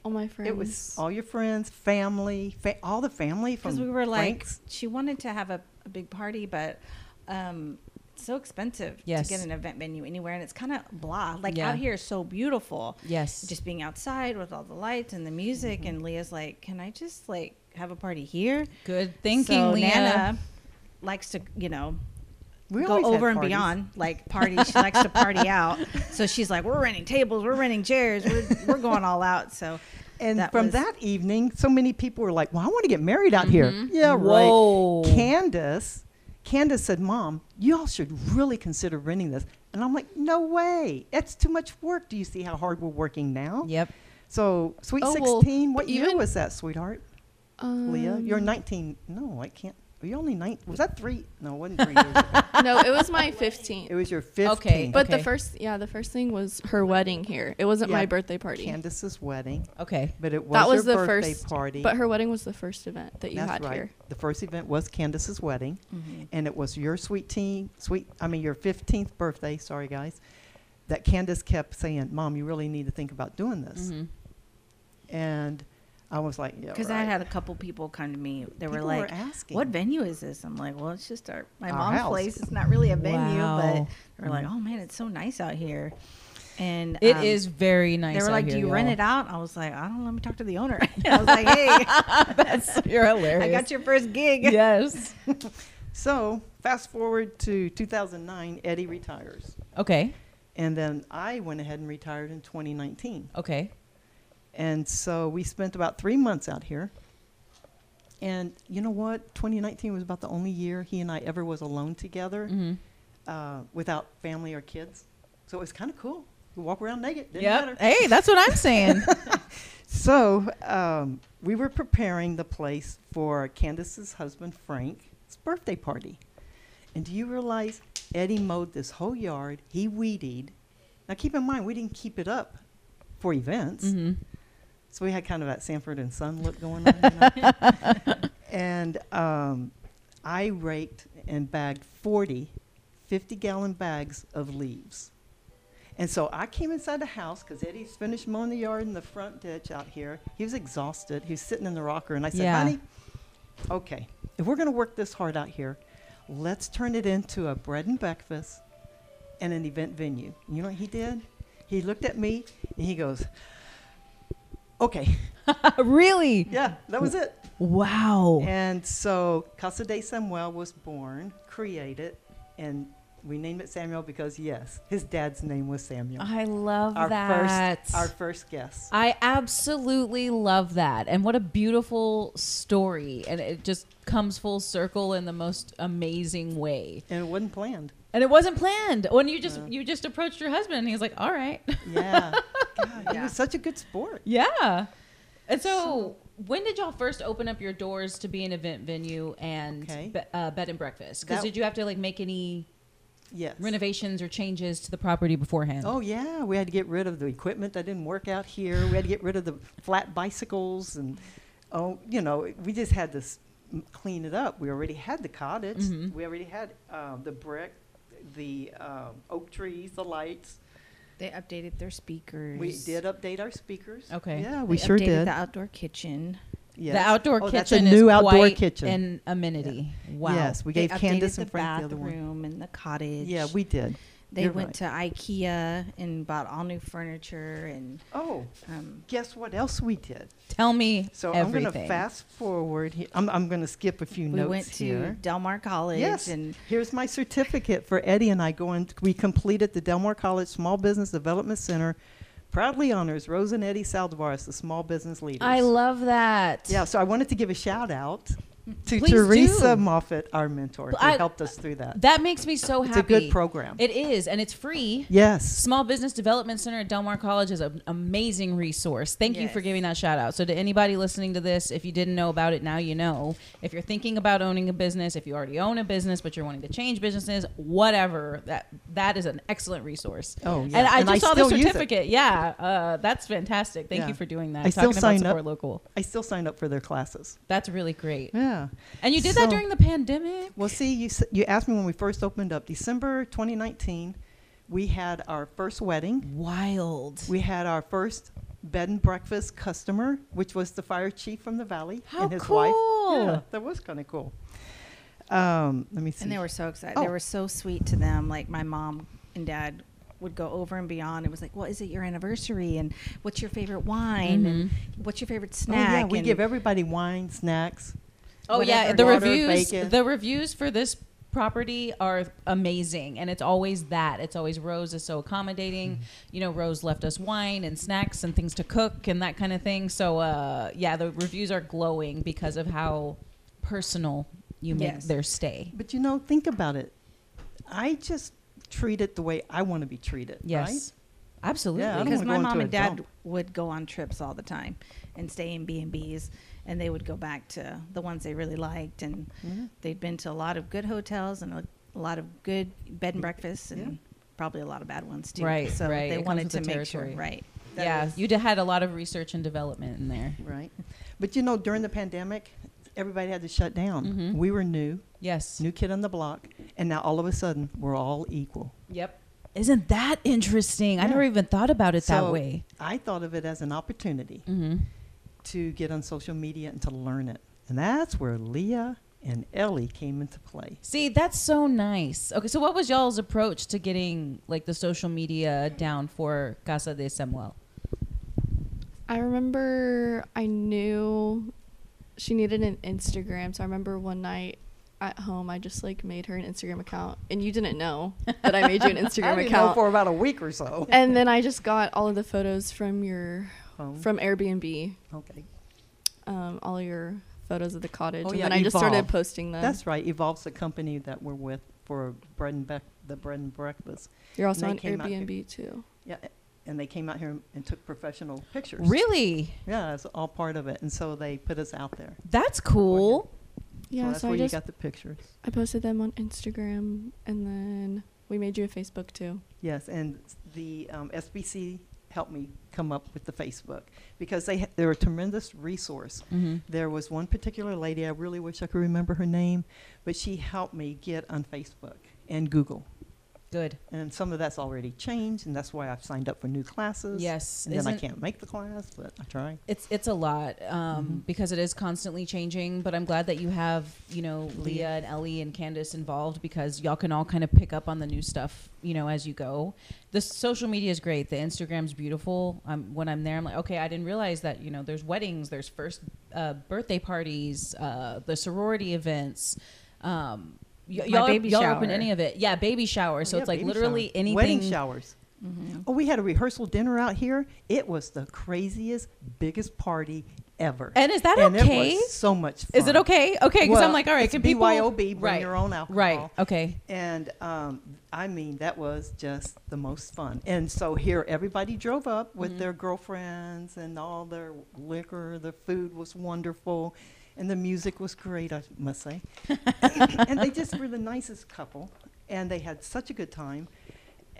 Speaker 4: All my friends.
Speaker 2: It was all your friends, family, fa- all the family from
Speaker 3: because we were like
Speaker 2: Frank's.
Speaker 3: she wanted to have a, a big party but um it's so expensive
Speaker 1: Yes.
Speaker 3: to get an event venue anywhere and it's kind of blah like
Speaker 1: Yeah.
Speaker 3: out here is so beautiful
Speaker 1: Yes,
Speaker 3: just being outside with all the lights and the
Speaker 2: Mm-hmm.
Speaker 3: music and leah's like can i just like have a party here
Speaker 1: good thinking,
Speaker 3: so
Speaker 1: Leanna.
Speaker 3: Nana likes to you know
Speaker 2: We
Speaker 3: go
Speaker 2: always had
Speaker 3: over and
Speaker 2: parties.
Speaker 3: beyond like party she likes to party out so she's like we're renting tables we're renting chairs we're, we're going all out so
Speaker 2: And
Speaker 3: That
Speaker 2: from
Speaker 3: was-
Speaker 2: that evening, so many people were like, "Well, I want to get married out here."
Speaker 1: Mhm.
Speaker 2: Yeah,
Speaker 1: Whoa.
Speaker 2: right. Candace, Candace said, "Mom, y'all should really consider renting this." And I'm like, "No way! That's too much work. Do you see how hard we're working now?"
Speaker 1: Yep.
Speaker 2: So, sweet
Speaker 4: Oh, well,
Speaker 2: sixteen. what year
Speaker 4: even-
Speaker 2: was that, sweetheart?
Speaker 4: um,
Speaker 2: Leah, you're 19. No, I can't. Were you only 19? Was that three? No, it wasn't three. years.
Speaker 4: no, it was my 15th.
Speaker 2: It was your 15.
Speaker 4: but
Speaker 1: Okay.
Speaker 4: the first, yeah, the first thing was her wedding here. It wasn't
Speaker 2: Yeah.
Speaker 4: my birthday party.
Speaker 2: Candace's wedding,
Speaker 1: Okay.
Speaker 2: but it was
Speaker 4: that was
Speaker 2: your
Speaker 4: the
Speaker 2: birthday
Speaker 4: first
Speaker 2: party.
Speaker 4: But her wedding was the first event that you
Speaker 2: That's
Speaker 4: had
Speaker 2: right.
Speaker 4: here.
Speaker 2: The first event was Candace's wedding, and it was your sweet teen, sweet. I mean, your fifteenth birthday. Sorry, guys.
Speaker 1: Mm-hmm. um,
Speaker 2: That Candace kept saying, "Mom, you really need to think about doing this."
Speaker 1: Mhm.
Speaker 2: And I was like, yeah.
Speaker 3: Because Mm-hmm. I
Speaker 2: right.
Speaker 3: had a couple people come to me. They were
Speaker 2: People
Speaker 3: like,
Speaker 2: asking.
Speaker 3: "What venue is this?" I'm like, "Well, it's just our my
Speaker 2: Our
Speaker 3: mom's
Speaker 2: house." Mm-hmm.
Speaker 3: place. It's not really a venue,
Speaker 1: Wow.
Speaker 3: but they were like, "Oh man, it's so nice out here." And
Speaker 1: It is
Speaker 3: um,
Speaker 1: very nice.
Speaker 3: They were
Speaker 1: out
Speaker 3: like,
Speaker 1: here,
Speaker 3: "Do you rent
Speaker 1: y'all."
Speaker 3: it out?" I was like, "I don't. know. Let me talk to the owner." I was like, "Hey,
Speaker 1: That's you're hilarious.
Speaker 3: I got your first gig."
Speaker 1: Yes.
Speaker 2: So fast forward to 2009, Eddie retires,
Speaker 1: Okay.
Speaker 2: and then I went ahead and retired in 2019.
Speaker 1: Okay.
Speaker 2: And so we spent about three months out here. And you know what? 2019 was about the only year he and I ever was alone together
Speaker 1: hmm
Speaker 2: uh, without family or kids. So it was kind of cool. We walk around naked. Didn't matter.
Speaker 1: Yep. Hey, that's what I'm saying.
Speaker 2: So um, we were preparing the place for Candace's husband Frank's birthday party, and do you realize Eddie mowed this whole yard? He weeded. Now keep in mind we didn't keep it up for events,
Speaker 1: hmm
Speaker 2: so we had kind of that Sanford and Son look going on. You know? and um, I raked and bagged 40 50 gallon bags of leaves. And so I came inside the house because Eddie's finished mowing the yard in the front ditch out here. He was exhausted. He was sitting in the rocker. And I said,
Speaker 1: Yeah.
Speaker 2: honey, okay, if we're going to work this hard out here, let's turn it into a bread and breakfast and an event venue. You know what he did? He looked at me and he goes, okay,
Speaker 1: Uh, really?
Speaker 2: yeah, that was it.
Speaker 1: Wow.
Speaker 2: And so Casa de Samuel was born, created, and we named it Samuel because yes, his dad's name was Samuel.
Speaker 1: I love
Speaker 2: our
Speaker 1: that.
Speaker 2: first our first guest.
Speaker 1: I absolutely love that. And what a beautiful story. And it just comes full circle in the most amazing way.
Speaker 2: And it wasn't planned.
Speaker 1: And it wasn't planned. When you just
Speaker 2: Yeah.
Speaker 1: you just approached your husband and he was like, "All right."
Speaker 2: Yeah. God, He
Speaker 5: Yeah.
Speaker 2: was such a good sport.
Speaker 1: yeah. And so, when did y'all first open up your doors to be an event venue and
Speaker 2: Okay.
Speaker 1: be, uh, bed and breakfast? Cuz
Speaker 2: That-
Speaker 1: did you have to like make any
Speaker 2: Yes.
Speaker 1: renovations or changes to the property beforehand?
Speaker 2: Oh yeah, we had to get rid of the equipment that didn't work out here. We had to get rid of the flat bicycles and oh, you know, we just had to s- m- clean it up. We already had the cottage.
Speaker 3: Mm-hmm.
Speaker 1: Mhm.
Speaker 2: We already had um, the brick, the um, oak trees, the lights.
Speaker 3: They updated their speakers.
Speaker 2: We did update our speakers.
Speaker 1: Okay.
Speaker 2: Yeah,
Speaker 3: They updated The outdoor kitchen.
Speaker 2: Yes.
Speaker 1: The outdoor
Speaker 2: Oh,
Speaker 1: kitchen
Speaker 2: that's a
Speaker 1: is
Speaker 2: new outdoor
Speaker 1: quite
Speaker 2: kitchen.
Speaker 1: an amenity. Wow.
Speaker 2: Yes, we
Speaker 3: They
Speaker 2: gave Candace
Speaker 3: updated the
Speaker 2: and Frank the other one.
Speaker 3: bathroom and the cottage.
Speaker 2: Yeah, we did.
Speaker 3: They
Speaker 2: you're
Speaker 3: went to IKEA and bought all new furniture and
Speaker 2: Oh,
Speaker 3: um,
Speaker 2: guess what else we did?
Speaker 1: Tell me
Speaker 2: So
Speaker 1: everything.
Speaker 2: I'm going to fast forward. Here. I'm, I'm going to skip a few
Speaker 3: we
Speaker 2: notes
Speaker 3: went to
Speaker 2: here.
Speaker 3: Delmar College
Speaker 2: Yes.
Speaker 3: and
Speaker 2: Here's my certificate for Eddie and I going. We completed the Delmar College Small Business Development Center. Proudly honors Rose and Eddie Saldivar as the small business leaders.
Speaker 1: I love that.
Speaker 2: Yeah, so I wanted to give a shout out to
Speaker 1: Please
Speaker 2: Teresa
Speaker 1: do.
Speaker 2: Moffat, our mentor, who
Speaker 1: I-
Speaker 2: helped us through that.
Speaker 1: That makes me so
Speaker 2: It's
Speaker 1: happy.
Speaker 2: a good program.
Speaker 1: It is, and it's free.
Speaker 2: yes.
Speaker 1: Small Business Development Center at Delmar College is an amazing resource. Thank you for
Speaker 3: Yes.
Speaker 1: giving that shout out. So, to anybody listening to this, if you didn't know about it, now you know. If you're thinking about owning a business, if you already own a business but you're wanting to change businesses, whatever, that that is an excellent resource.
Speaker 2: Oh, yeah.
Speaker 1: And I
Speaker 2: And
Speaker 1: just
Speaker 2: I
Speaker 1: saw the
Speaker 2: still use it.
Speaker 1: certificate. Yeah, uh, that's fantastic. Thank
Speaker 2: Yeah.
Speaker 1: you for doing that.
Speaker 2: I still
Speaker 1: Talking about
Speaker 2: sign up.
Speaker 1: support local.
Speaker 2: I still signed up for their classes.
Speaker 1: That's really great.
Speaker 2: Yeah.
Speaker 1: And you did
Speaker 2: So-
Speaker 1: that during the pandemic.
Speaker 2: Well, see, you s- you asked me when we first opened up, December 2019. We had our first wedding.
Speaker 1: Wild.
Speaker 2: We had our first bed and breakfast customer, which was the fire chief from the valley
Speaker 1: How
Speaker 2: and his
Speaker 1: cool.
Speaker 2: wife. Yeah, that was kind of cool. Um, let me see.
Speaker 3: and they were so excited.
Speaker 2: Oh.
Speaker 3: They were so sweet to them. Like my mom and dad would go over and beyond. It was like, "What is it your anniversary? And what's your favorite wine?
Speaker 1: Mm-hmm.
Speaker 3: And what's your favorite
Speaker 2: oh, yeah,
Speaker 3: snack?"
Speaker 2: we
Speaker 3: and
Speaker 2: give everybody wine, snacks.
Speaker 1: Oh yeah,
Speaker 3: whatever.
Speaker 1: the
Speaker 2: Water,
Speaker 1: reviews
Speaker 2: bacon.
Speaker 1: the reviews for this property are amazing and it's always that. It's always Rose is so accommodating.
Speaker 2: Mm-hmm.
Speaker 1: You know, Rose left us wine and snacks and things to cook and that kind of thing. So uh yeah, the reviews are glowing because of how personal you make
Speaker 3: Yes.
Speaker 1: their stay.
Speaker 2: But you know, think about it. I just treat it the way I want to be treated.
Speaker 1: Yes. Absolutely.
Speaker 2: Yeah, I don't
Speaker 3: because
Speaker 2: wanna
Speaker 3: my
Speaker 2: go
Speaker 3: mom
Speaker 2: into
Speaker 3: and
Speaker 2: a
Speaker 3: dad
Speaker 2: dump.
Speaker 3: would go on trips all the time and stay in B and B's, and they would go back to the ones they really liked, and
Speaker 2: Right? Yeah.
Speaker 3: they'd been to a lot of good hotels and a, a lot of good bed and breakfasts, and
Speaker 2: Yeah.
Speaker 3: probably a lot of bad ones too.
Speaker 1: Right,
Speaker 3: So
Speaker 1: right. It
Speaker 3: they
Speaker 1: comes
Speaker 3: wanted
Speaker 1: with
Speaker 3: to
Speaker 1: the
Speaker 3: make sure,
Speaker 1: territory.
Speaker 3: right?
Speaker 2: That
Speaker 1: yeah,
Speaker 2: is-
Speaker 1: you d- had a lot of research and development in there.
Speaker 2: Right. But you know, during the pandemic, everybody had to shut down.
Speaker 3: Mm-hmm.
Speaker 1: Mhm.
Speaker 2: We were new,
Speaker 1: Yes.
Speaker 2: new kid on the block, and now all of a sudden we're all equal.
Speaker 1: Yep. Isn't that interesting? I
Speaker 2: Yeah.
Speaker 1: never even thought about it
Speaker 2: So- Mm-hmm.
Speaker 1: that way.
Speaker 2: I thought of it as an opportunity
Speaker 1: Mhm.
Speaker 2: to get on social media and to learn it. And that's where Leah and Ellie came into play.
Speaker 1: See, that's so nice. Okay, so what was y'all's approach to getting like the social media down for Casa de Samuel?
Speaker 4: I remember I knew she needed an Instagram. So I remember one night at home, I just like made her an Instagram account, and you didn't know that I made you an Instagram
Speaker 2: I didn't know
Speaker 4: account.
Speaker 2: for about a week or so.
Speaker 4: and then I just got all of the photos from your
Speaker 2: Home.
Speaker 4: from Airbnb,
Speaker 2: okay.
Speaker 4: um, all your photos of the cottage,
Speaker 2: Oh,
Speaker 4: and
Speaker 2: yeah,
Speaker 4: then I just started
Speaker 2: Evolve.
Speaker 4: posting them.
Speaker 2: That's right. Evolve's the company that we're with for bread and bec- the bread and breakfast.
Speaker 4: You're also
Speaker 2: they
Speaker 4: on
Speaker 2: came out here.
Speaker 4: Airbnb too.
Speaker 2: Yeah, and they came out here and- and took professional pictures.
Speaker 1: Really?
Speaker 2: Yeah, it's all part of it. And so they put us out there.
Speaker 1: That's cool.
Speaker 4: Yeah,
Speaker 2: so that's
Speaker 4: so I
Speaker 2: where
Speaker 4: just
Speaker 2: you got the pictures.
Speaker 4: I posted them on Instagram, and then we made you a Facebook too.
Speaker 2: Yes, and s- the um, SBC helped me come up with the Facebook because they ha- they're a tremendous resource.
Speaker 1: Mm-hmm.
Speaker 2: There was one particular lady I really wish I could remember her name, but she helped me get on Facebook and Google.
Speaker 1: Good.
Speaker 2: And some of that's already changed, and that's why I've signed up for new classes.
Speaker 1: Yes.
Speaker 2: And then I
Speaker 1: Isn't-
Speaker 2: can't make the class, but I try.
Speaker 1: It's it's a lot um,
Speaker 2: Mhm.
Speaker 1: because it is constantly changing. But I'm glad that you have you know
Speaker 2: Leah.
Speaker 1: Leah and Ellie and Candace involved because y'all can all kind of pick up on the new stuff you know as you go. The social media is great. The Instagram's beautiful. Um, when I'm there, I'm like, okay, I didn't realize that you know there's weddings, there's first uh, birthday parties, uh, the sorority events. Um, y-
Speaker 3: My
Speaker 1: y'all
Speaker 3: baby
Speaker 1: y'all open
Speaker 3: shower.
Speaker 1: any of it? Yeah, baby shower. So
Speaker 2: Oh, Yeah,
Speaker 1: it's like
Speaker 2: baby
Speaker 1: literally
Speaker 2: shower.
Speaker 1: anything.
Speaker 2: Wedding showers.
Speaker 3: Mhm.
Speaker 2: Oh, we had a rehearsal dinner out here. It was the craziest, biggest party ever.
Speaker 1: And is that
Speaker 2: and
Speaker 1: okay?
Speaker 2: it was so much fun.
Speaker 1: Is it okay? Okay, because I'm
Speaker 2: Well,
Speaker 1: like, all right,
Speaker 2: it's
Speaker 1: can people
Speaker 2: BYOB, bring
Speaker 1: right,
Speaker 2: your own alcohol.
Speaker 1: Right. Okay.
Speaker 2: And um, I mean, that was just the most fun. And so here, everybody drove up with
Speaker 1: Mhm.
Speaker 2: their girlfriends and all their liquor. The food was wonderful, and the music was great. I must say. and they just were the nicest couple, and they had such a good time.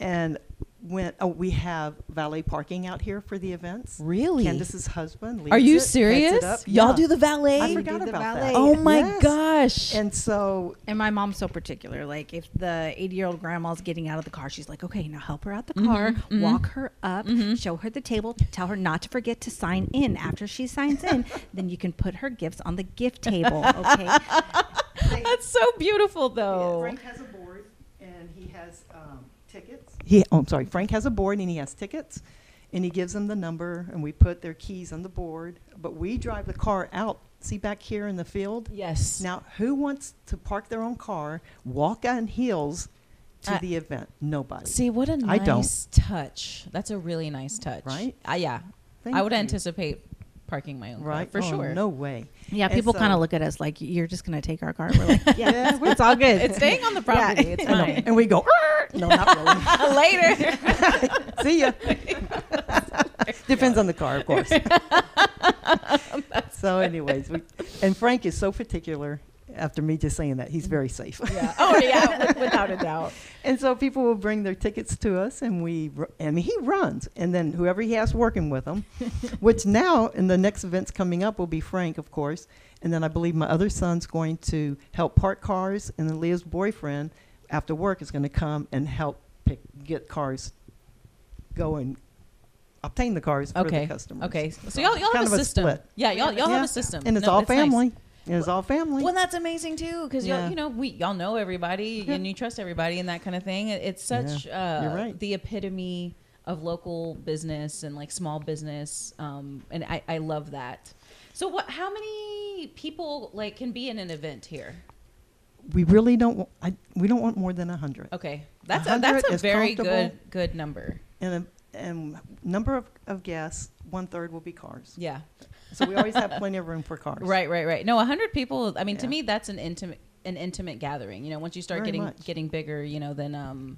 Speaker 2: And when oh, we have valet parking out here for the events.
Speaker 1: Really?
Speaker 2: Candace's husband.
Speaker 1: Are
Speaker 2: leads
Speaker 1: you
Speaker 2: it, heads it
Speaker 1: serious?
Speaker 2: up.
Speaker 1: Y'all
Speaker 2: Yeah.
Speaker 1: do the valet?
Speaker 2: I
Speaker 3: You
Speaker 2: forgot
Speaker 3: do the
Speaker 2: about
Speaker 3: valet.
Speaker 2: that.
Speaker 1: Oh my
Speaker 2: Yes.
Speaker 1: gosh.
Speaker 2: And so
Speaker 3: And my mom's so particular. Like if the 80 year old grandma's getting out of the car, she's like, okay, now help her out the car,
Speaker 1: mhm.
Speaker 3: walk her up,
Speaker 1: Mhm.
Speaker 3: show her the table, tell her not to forget to sign in. After she signs in, then you can put her gifts on the gift table. Okay.
Speaker 1: That's so beautiful though.
Speaker 2: Frank has a board and he has um, tickets. He, oh, I'm sorry. Frank has a board and he has tickets, and he gives them the number, and we put their keys on the board. But we drive the car out. See back here in the field.
Speaker 1: Yes.
Speaker 2: Now, who wants to park their own car, walk on heels to
Speaker 1: I-
Speaker 2: the event? Nobody.
Speaker 1: See what a
Speaker 2: I
Speaker 1: nice
Speaker 2: don't.
Speaker 1: touch. That's a really nice touch.
Speaker 2: Right?
Speaker 1: Uh, yeah.
Speaker 2: Thank
Speaker 1: I would
Speaker 2: you.
Speaker 1: anticipate parking my own car,
Speaker 2: Right.
Speaker 1: for
Speaker 2: Oh,
Speaker 1: sure.
Speaker 2: No way.
Speaker 3: Yeah,
Speaker 2: And
Speaker 3: people
Speaker 2: so-
Speaker 3: kind of look at us like you're just gonna take our car. We're like, yeah,
Speaker 2: Yeah,
Speaker 3: it's, it's all good.
Speaker 1: It's staying on the property. It's
Speaker 2: I know.
Speaker 1: fine.
Speaker 2: And we go. "Arr!" No, not really.
Speaker 1: Later.
Speaker 2: See ya. Depends on the car, of course. so, anyways, we, and Frank is so particular. After me just saying that, he's very safe.
Speaker 1: yeah. Oh yeah, wi- without a doubt.
Speaker 2: and so people will bring their tickets to us, and we ru- and he runs, and then whoever he has working with him, which now in the next events coming up will be Frank, of course, and then I believe my other son's going to help park cars, and then Leah's boyfriend after work is going to come and help pick get cars, go and obtain the cars for
Speaker 1: Okay.
Speaker 2: the customers.
Speaker 1: Okay. So y'all y'all
Speaker 2: Kind
Speaker 1: have
Speaker 2: of
Speaker 1: a
Speaker 2: a
Speaker 1: system.
Speaker 2: split.
Speaker 1: Yeah, y'all y'all have
Speaker 2: Yeah.
Speaker 1: a system.
Speaker 2: and it's
Speaker 1: No,
Speaker 2: all
Speaker 1: nice.
Speaker 2: family. And it's all family.
Speaker 1: Well, that's amazing too, because
Speaker 2: Yeah.
Speaker 1: you know we y'all know everybody
Speaker 2: Yeah.
Speaker 1: and you trust everybody and that kind of thing. It, it's
Speaker 2: Yeah,
Speaker 1: such uh,
Speaker 2: you're right.
Speaker 1: the epitome of local business and like small business, um, and I, I love that. So what? How many people like can be in an event here?
Speaker 2: we really don't. Want, I, we don't want more than a hundred.
Speaker 1: Okay, that's a, that's
Speaker 2: 100
Speaker 1: a
Speaker 2: is
Speaker 1: very
Speaker 2: comfortable.
Speaker 1: good good number.
Speaker 2: And a, and number of, of guests, one third will be cars.
Speaker 1: Yeah,
Speaker 2: So we always have plenty of room for cars.
Speaker 1: right, right, right. No, hundred people. I mean, to
Speaker 2: Yeah.
Speaker 1: me, that's an intimate an intimate gathering. You know, once you start
Speaker 2: Very
Speaker 1: getting
Speaker 2: much.
Speaker 1: getting bigger, you know, then um,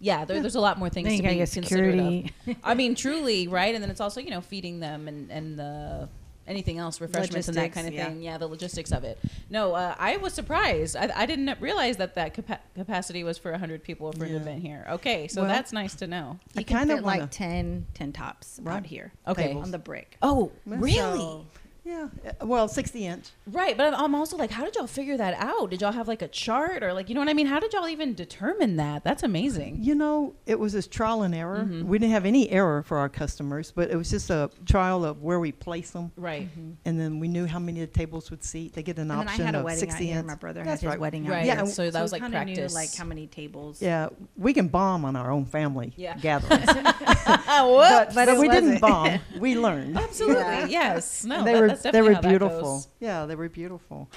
Speaker 1: yeah, there,
Speaker 2: Yeah.
Speaker 1: there's a lot more things
Speaker 3: Then you
Speaker 1: to
Speaker 3: gotta
Speaker 1: be
Speaker 3: get
Speaker 1: considered of.
Speaker 3: security,
Speaker 1: I mean, truly, right? And then it's also you know feeding them and and the anything else, refreshments and that
Speaker 3: Logistics,
Speaker 1: kind of
Speaker 3: yeah.
Speaker 1: thing. Yeah, the logistics of it. No, uh, I was surprised. I, I didn't realize that that capa- capacity was for hundred people for an
Speaker 2: Yeah.
Speaker 1: event here. Okay, so
Speaker 2: Well-
Speaker 1: that's nice to know.
Speaker 2: I
Speaker 3: you can
Speaker 2: kinda
Speaker 3: fit
Speaker 2: wanna-
Speaker 3: like 10, 10 tops
Speaker 2: Right.
Speaker 3: out here
Speaker 1: Okay.
Speaker 2: Tables.
Speaker 3: on the brick.
Speaker 1: Oh,
Speaker 2: Yeah.
Speaker 1: really?
Speaker 2: So, Yeah. Uh, Well, 60 inch.
Speaker 1: Right, but I'm- I'm also like, how did y'all figure that out? Did y'all have like a chart or like, you know what I mean? How did y'all even determine that? That's amazing.
Speaker 2: You know, it was this trial and error.
Speaker 1: Mhm.
Speaker 2: We didn't have any error for our customers, but it was just a trial of where we place them.
Speaker 1: Right.
Speaker 2: And then we knew how many the tables would seat. They get an
Speaker 5: And then I
Speaker 2: Mm-hmm. option
Speaker 5: had a
Speaker 2: of
Speaker 5: wedding out
Speaker 2: 60
Speaker 5: here.
Speaker 2: inch.
Speaker 5: My brother had
Speaker 2: That's
Speaker 5: his
Speaker 2: right.
Speaker 5: wedding out
Speaker 1: Right.
Speaker 5: here.
Speaker 2: Yeah, and
Speaker 1: so that was like
Speaker 5: we kinda
Speaker 1: practice.
Speaker 5: Knew, like how many tables?
Speaker 2: Yeah, we can bomb on our own family
Speaker 1: Yeah.
Speaker 2: gatherings.
Speaker 1: Uh, Whoops.
Speaker 2: but
Speaker 3: it
Speaker 2: we didn't
Speaker 3: wasn't.
Speaker 2: bomb. We learned.
Speaker 1: Absolutely.
Speaker 3: Yeah.
Speaker 1: Yes. No.
Speaker 2: And they
Speaker 1: Oh, that-
Speaker 2: were
Speaker 1: that's
Speaker 2: they
Speaker 1: definitely
Speaker 2: were
Speaker 1: how that
Speaker 2: beautiful.
Speaker 1: goes.
Speaker 2: yeah, they were beautiful.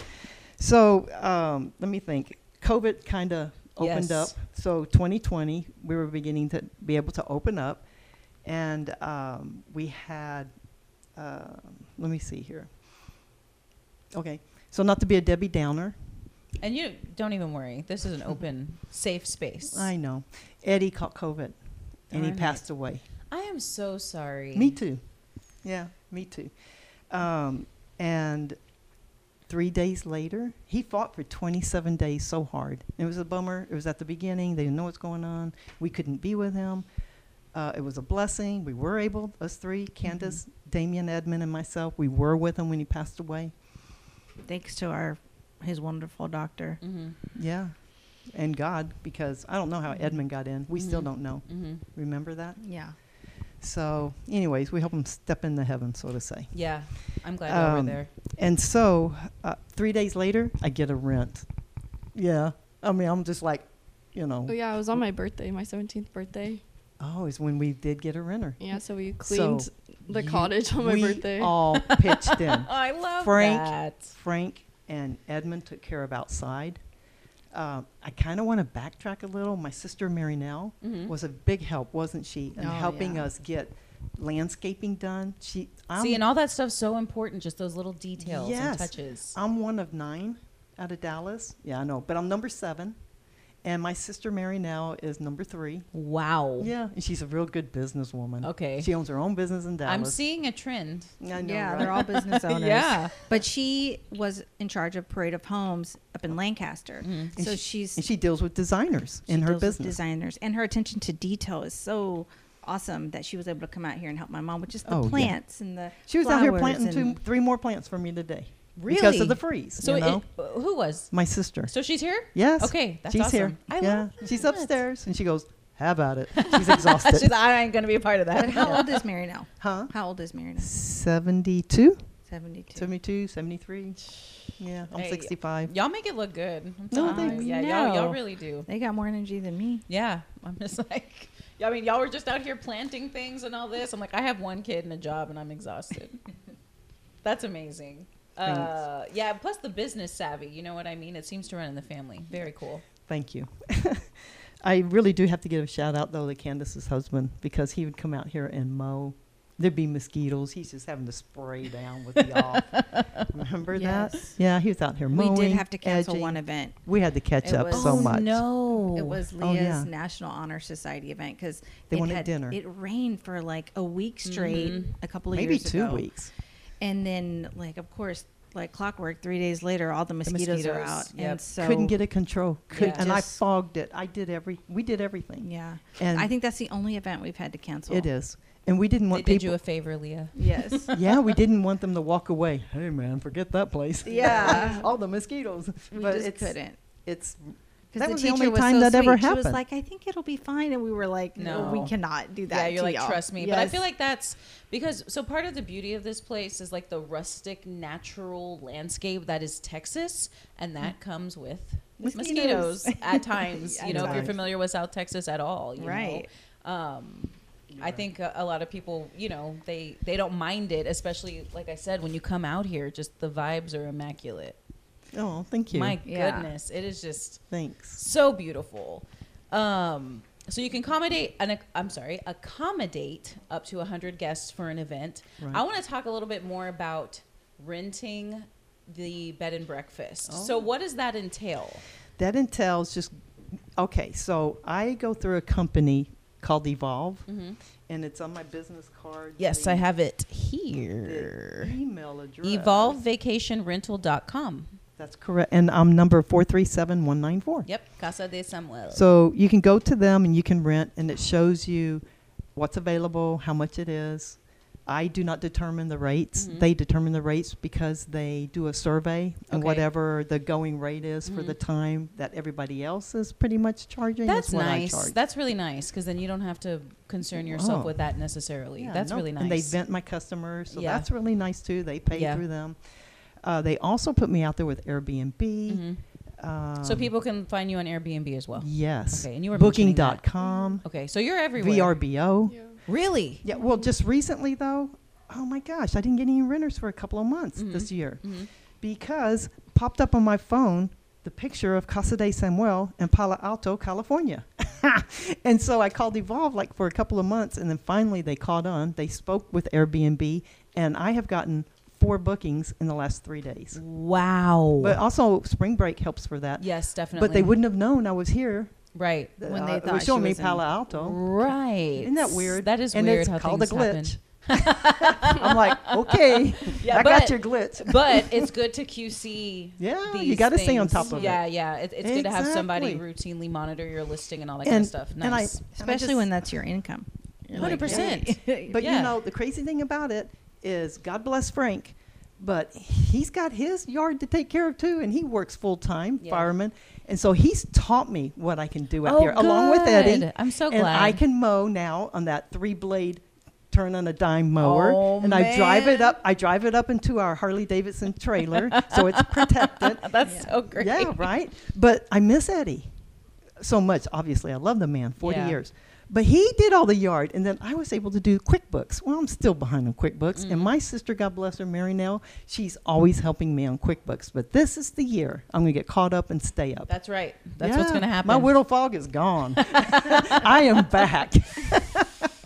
Speaker 2: So um, let me think. COVID kind of opened
Speaker 1: Yes.
Speaker 2: up. So 2020, we were beginning to be able to open up, and um, we had. um let me see here. Okay, so not to be a Debbie Downer,
Speaker 1: And you don't even worry. This is an open, safe space.
Speaker 2: I know. Eddie caught COVID, and he
Speaker 1: Darn it.
Speaker 2: passed away.
Speaker 1: I am so sorry.
Speaker 2: Me too. Mm. Yeah, me too. Um, and three days later, he fought for 27 days so hard. It was a bummer. It was at the beginning. They didn't know what's going on. We couldn't be with him. Uh, it was a blessing. We were able, us three, Candace, Damien, Edmund, and myself, we were with him when he passed away.
Speaker 3: Thanks to our his wonderful doctor.
Speaker 1: Mm-hmm.
Speaker 2: Yeah. And God, because I don't know how Edmund got in. We still
Speaker 1: Mhm.
Speaker 2: don't know.
Speaker 1: Mm-hmm.
Speaker 2: Remember that?
Speaker 5: Yeah.
Speaker 2: So, anyways, we help him step into heaven, so to say.
Speaker 1: Yeah. I'm glad
Speaker 2: Um,
Speaker 1: you were there.
Speaker 2: And so, uh, three days later, I get a rent. Yeah, I mean, I'm just like, you know,
Speaker 4: Oh yeah, it was on my birthday, my 17th birthday.
Speaker 2: oh, it's when we did get a renter.
Speaker 4: Yeah, so we
Speaker 2: So,
Speaker 4: cleaned the
Speaker 2: you-
Speaker 4: cottage on my
Speaker 2: we
Speaker 4: birthday.
Speaker 2: all pitched in.
Speaker 1: Oh, I love
Speaker 2: Frank-
Speaker 1: that.
Speaker 2: Frank and Edmund took care of outside. Uh, I kind of want to backtrack a little. My sister Marinelle
Speaker 1: Mhm.
Speaker 2: was a big help, wasn't she, in
Speaker 5: Oh,
Speaker 2: helping
Speaker 5: yeah.
Speaker 2: us get landscaping done. She, I'm,
Speaker 1: See, and all that stuff's so important. Just those little details
Speaker 2: um, Yes. Um,
Speaker 1: and touches.
Speaker 2: I'm one of nine out of Dallas. Yeah, I know, but I'm number seven, and my sister Marinelle is number three.
Speaker 1: Wow.
Speaker 2: Yeah, and she's a real good businesswoman.
Speaker 1: Okay.
Speaker 2: She owns her own business in Dallas.
Speaker 1: I'm seeing a trend.
Speaker 2: I know,
Speaker 3: yeah,
Speaker 2: right?
Speaker 3: they're all business owners.
Speaker 1: Yeah.
Speaker 3: But she was in charge of Parade of Homes up in Lancaster.
Speaker 1: Mhm.
Speaker 2: And
Speaker 3: So
Speaker 2: she-
Speaker 3: she's
Speaker 2: and she deals with designers
Speaker 3: she
Speaker 2: in her
Speaker 3: deals with
Speaker 2: business.
Speaker 3: designers and her attention to detail is so awesome that she was able to come out here and help my mom with just the
Speaker 2: Oh, yeah.
Speaker 3: plants and the
Speaker 2: She was out here
Speaker 3: flowers
Speaker 2: planting two,
Speaker 3: and-
Speaker 2: three more plants for me today because
Speaker 1: Really?
Speaker 2: of the freeze.
Speaker 1: So
Speaker 2: you
Speaker 1: it,
Speaker 2: know,
Speaker 1: uh, who was?
Speaker 2: my sister.
Speaker 1: So she's here.
Speaker 2: Yes.
Speaker 1: Okay, that's
Speaker 2: she's
Speaker 1: awesome.
Speaker 2: here.
Speaker 1: I
Speaker 2: yeah,
Speaker 1: love
Speaker 2: she's
Speaker 1: that.
Speaker 2: upstairs, and she goes, "How about it?" She's exhausted.
Speaker 1: she's. I ain't gonna be a part of
Speaker 3: But
Speaker 1: that.
Speaker 3: how old is Mary now?
Speaker 2: huh?
Speaker 3: How old is Mary now?
Speaker 2: 72,
Speaker 3: 72.
Speaker 2: 72, 73. Yeah, I'm
Speaker 1: Hey,
Speaker 2: 65.
Speaker 1: Y'all make it look good. I'm
Speaker 2: No,
Speaker 1: telling you.
Speaker 3: thanks.
Speaker 1: Yeah, y'all, y'all
Speaker 3: No.
Speaker 1: really do.
Speaker 3: They got more energy than me.
Speaker 1: Yeah, I'm just like, I mean, y'all were just out here planting things and all this. I'm like, I have one kid and a job, and I'm exhausted. That's amazing. Uh, yeah, plus the business savvy. You know what I mean? It seems to run in the family. Very cool.
Speaker 2: Thank you. I really do have to give a shout out though to Candace's husband because he would come out here and mow. There'd be mosquitoes. He's just having to spray down with y'all. Remember that?
Speaker 3: Yes.
Speaker 2: Yeah, he was out here mowing.
Speaker 3: we did have to cancel
Speaker 2: edging.
Speaker 3: one event.
Speaker 2: We had to catch
Speaker 3: It
Speaker 2: up
Speaker 3: was-
Speaker 2: so
Speaker 3: Oh,
Speaker 2: much.
Speaker 1: no.
Speaker 3: It was Leah's
Speaker 2: Oh, yeah.
Speaker 3: National Honor Society event because
Speaker 2: They
Speaker 3: it
Speaker 2: wanted
Speaker 3: had-
Speaker 2: dinner.
Speaker 3: It rained for like a week straight,
Speaker 1: Mhm.
Speaker 3: a couple of
Speaker 2: Maybe
Speaker 3: years
Speaker 2: two
Speaker 3: ago.
Speaker 2: weeks.
Speaker 3: and then like of course like clockwork, three days later, all the mosquitoes, are
Speaker 1: mosquitoes,
Speaker 3: out,
Speaker 1: yep.
Speaker 3: and so
Speaker 2: Couldn't get it controlled. Could,
Speaker 1: Yeah.
Speaker 2: And I
Speaker 3: Just-
Speaker 2: fogged it. I did every. We did everything.
Speaker 3: Yeah,
Speaker 2: And
Speaker 3: I think that's the only event we've had to cancel.
Speaker 2: it is. And we didn't
Speaker 1: They
Speaker 2: want
Speaker 1: did you
Speaker 2: people.
Speaker 1: a favor, Leah.
Speaker 3: Yes.
Speaker 2: yeah, we didn't want them to walk away. Hey man, forget that place.
Speaker 3: Yeah.
Speaker 2: all the mosquitoes.
Speaker 3: We
Speaker 2: but
Speaker 3: just
Speaker 2: it's,
Speaker 3: couldn't.
Speaker 2: It's
Speaker 3: Because
Speaker 2: That
Speaker 3: the
Speaker 2: was the
Speaker 3: teacher
Speaker 2: only
Speaker 3: was
Speaker 2: time
Speaker 3: so
Speaker 2: that ever
Speaker 3: sweet. She
Speaker 2: happened.
Speaker 3: was like, "I think it'll be fine," and we were like, "No,
Speaker 1: No.
Speaker 3: we cannot do that."
Speaker 1: yeah, you're
Speaker 3: to
Speaker 1: like,
Speaker 3: y'all."
Speaker 1: trust me. But I
Speaker 3: Yes.
Speaker 1: feel like that's because so part of the beauty of this place is like the rustic, natural landscape that is Texas, and that comes with mosquitoes,
Speaker 3: Mosquitoes.
Speaker 1: at times.
Speaker 3: At
Speaker 1: you know, if you're
Speaker 2: times.
Speaker 1: familiar with South Texas at all, you
Speaker 3: Right.
Speaker 1: Know? Um, I think a, a lot of people, you know, they they don't mind it, especially like I said, when you come out here, just the vibes are immaculate.
Speaker 2: oh, thank you.
Speaker 1: My
Speaker 3: Yeah.
Speaker 1: goodness, it is just
Speaker 2: Thanks.
Speaker 1: so beautiful. Um, so you can accommodate, an, I'm sorry, accommodate up to 100 guests for an event.
Speaker 2: Right.
Speaker 1: I want to talk a little bit more about renting the bed and breakfast. So
Speaker 2: Oh.
Speaker 1: what does that entail?
Speaker 2: That entails just okay. So I go through a company called Evolve,
Speaker 3: Mm-hmm.
Speaker 2: and it's on my business card. the-
Speaker 1: have it
Speaker 2: the Email address.
Speaker 1: EvolveVacationRental.com.
Speaker 2: That's correct, and I'm number four three seven one nine four.
Speaker 1: Yep, Casa de Samuel.
Speaker 2: So you can go to them and you can rent, and it shows you what's available, how much it is. I do not determine the rates.
Speaker 1: Mhm.
Speaker 2: They determine the rates because they do a survey and
Speaker 1: Okay.
Speaker 2: whatever the going rate is for the
Speaker 1: Mhm.
Speaker 2: time that everybody else is pretty much charging.
Speaker 1: That's
Speaker 2: is what I
Speaker 1: nice.
Speaker 2: charge.
Speaker 1: That's really nice because then you don't have to concern yourself
Speaker 2: Oh.
Speaker 1: with that necessarily.
Speaker 2: Yeah,
Speaker 1: That's
Speaker 2: no,
Speaker 1: really nice.
Speaker 2: And they vent my customers, so
Speaker 1: Yeah.
Speaker 2: that's really nice too. They pay
Speaker 1: Yeah.
Speaker 2: through them. Uh, they also put me out there with Airbnb.
Speaker 1: Mhm.
Speaker 2: Um,
Speaker 1: so people can find you on Airbnb as well.
Speaker 2: Yes.
Speaker 1: Okay, and you were mentioning that.
Speaker 2: Booking.com,
Speaker 1: Okay, so you're everywhere.
Speaker 2: VRBO.
Speaker 4: Yeah.
Speaker 1: Really?
Speaker 2: Yeah, well, just recently though, oh my gosh, I didn't get any renters for a couple of months
Speaker 3: Mm-hmm.
Speaker 1: Mhm.
Speaker 2: this year
Speaker 1: Mhm.
Speaker 2: because popped up on my phone the picture of Casa de Samuel in Palo Alto, California. and so I called Evolve like for a couple of months and then finally they caught on. They spoke with Airbnb and I have gotten four bookings in the last three days.
Speaker 1: Wow.
Speaker 2: But also spring break helps for that.
Speaker 1: yes, definitely.
Speaker 2: But they wouldn't have known I was here
Speaker 1: Right.
Speaker 2: uh,
Speaker 3: When they
Speaker 2: it was
Speaker 3: thought she
Speaker 2: showing me
Speaker 3: was in-
Speaker 2: Palo Alto.
Speaker 1: Right.
Speaker 2: Uh, Isn't that weird?
Speaker 1: That is
Speaker 2: and
Speaker 1: weird
Speaker 2: it's
Speaker 1: how
Speaker 2: called
Speaker 1: things
Speaker 2: a glitch. I'm like, okay,
Speaker 1: happen. Yeah,
Speaker 2: I
Speaker 1: but,
Speaker 2: got your glitch.
Speaker 1: but it's good to QC.
Speaker 2: Yeah, Oh, you
Speaker 1: these
Speaker 2: got to stay on
Speaker 1: things.
Speaker 2: top of
Speaker 1: yeah,
Speaker 2: it.
Speaker 1: Yeah, It- it's good to have somebody routinely monitor your listing and all that kind
Speaker 2: And-
Speaker 1: of stuff.
Speaker 2: and I-
Speaker 1: Nice.
Speaker 2: and I
Speaker 3: especially
Speaker 2: just-
Speaker 3: when that's your income. You're like,
Speaker 1: 100%.
Speaker 3: "Hey."
Speaker 2: But
Speaker 1: Yeah.
Speaker 2: you know, the crazy thing about it is, God bless Frank, but he's got his yard to take care of too, and he works full time,
Speaker 1: Yeah. Oh,
Speaker 2: fireman, and so he's taught me what I can do out here, along with Eddie.
Speaker 1: good. I'm so
Speaker 2: and
Speaker 1: glad.
Speaker 2: I can mow now on that three blade turn on a dime mower
Speaker 1: Oh,
Speaker 2: and I drive it
Speaker 1: man.
Speaker 2: up I drive it up into our Harley Davidson trailer so it's protected.
Speaker 1: That's
Speaker 3: Yeah.
Speaker 1: so great.
Speaker 2: Yeah, right. But I miss Eddie so much. Obviously, I love the man. Forty
Speaker 1: Yeah.
Speaker 2: years, but he did all the yard, and then I was able to do QuickBooks. Well, I'm still behind on QuickBooks,
Speaker 1: Mhm.
Speaker 2: and my sister, God bless her, Mary Nell, she's always helping me on QuickBooks. But this is the year I'm going to get caught up and stay up.
Speaker 1: That's right. That's what's
Speaker 2: Yeah,
Speaker 1: going to happen.
Speaker 2: My widow fog is gone. I am back.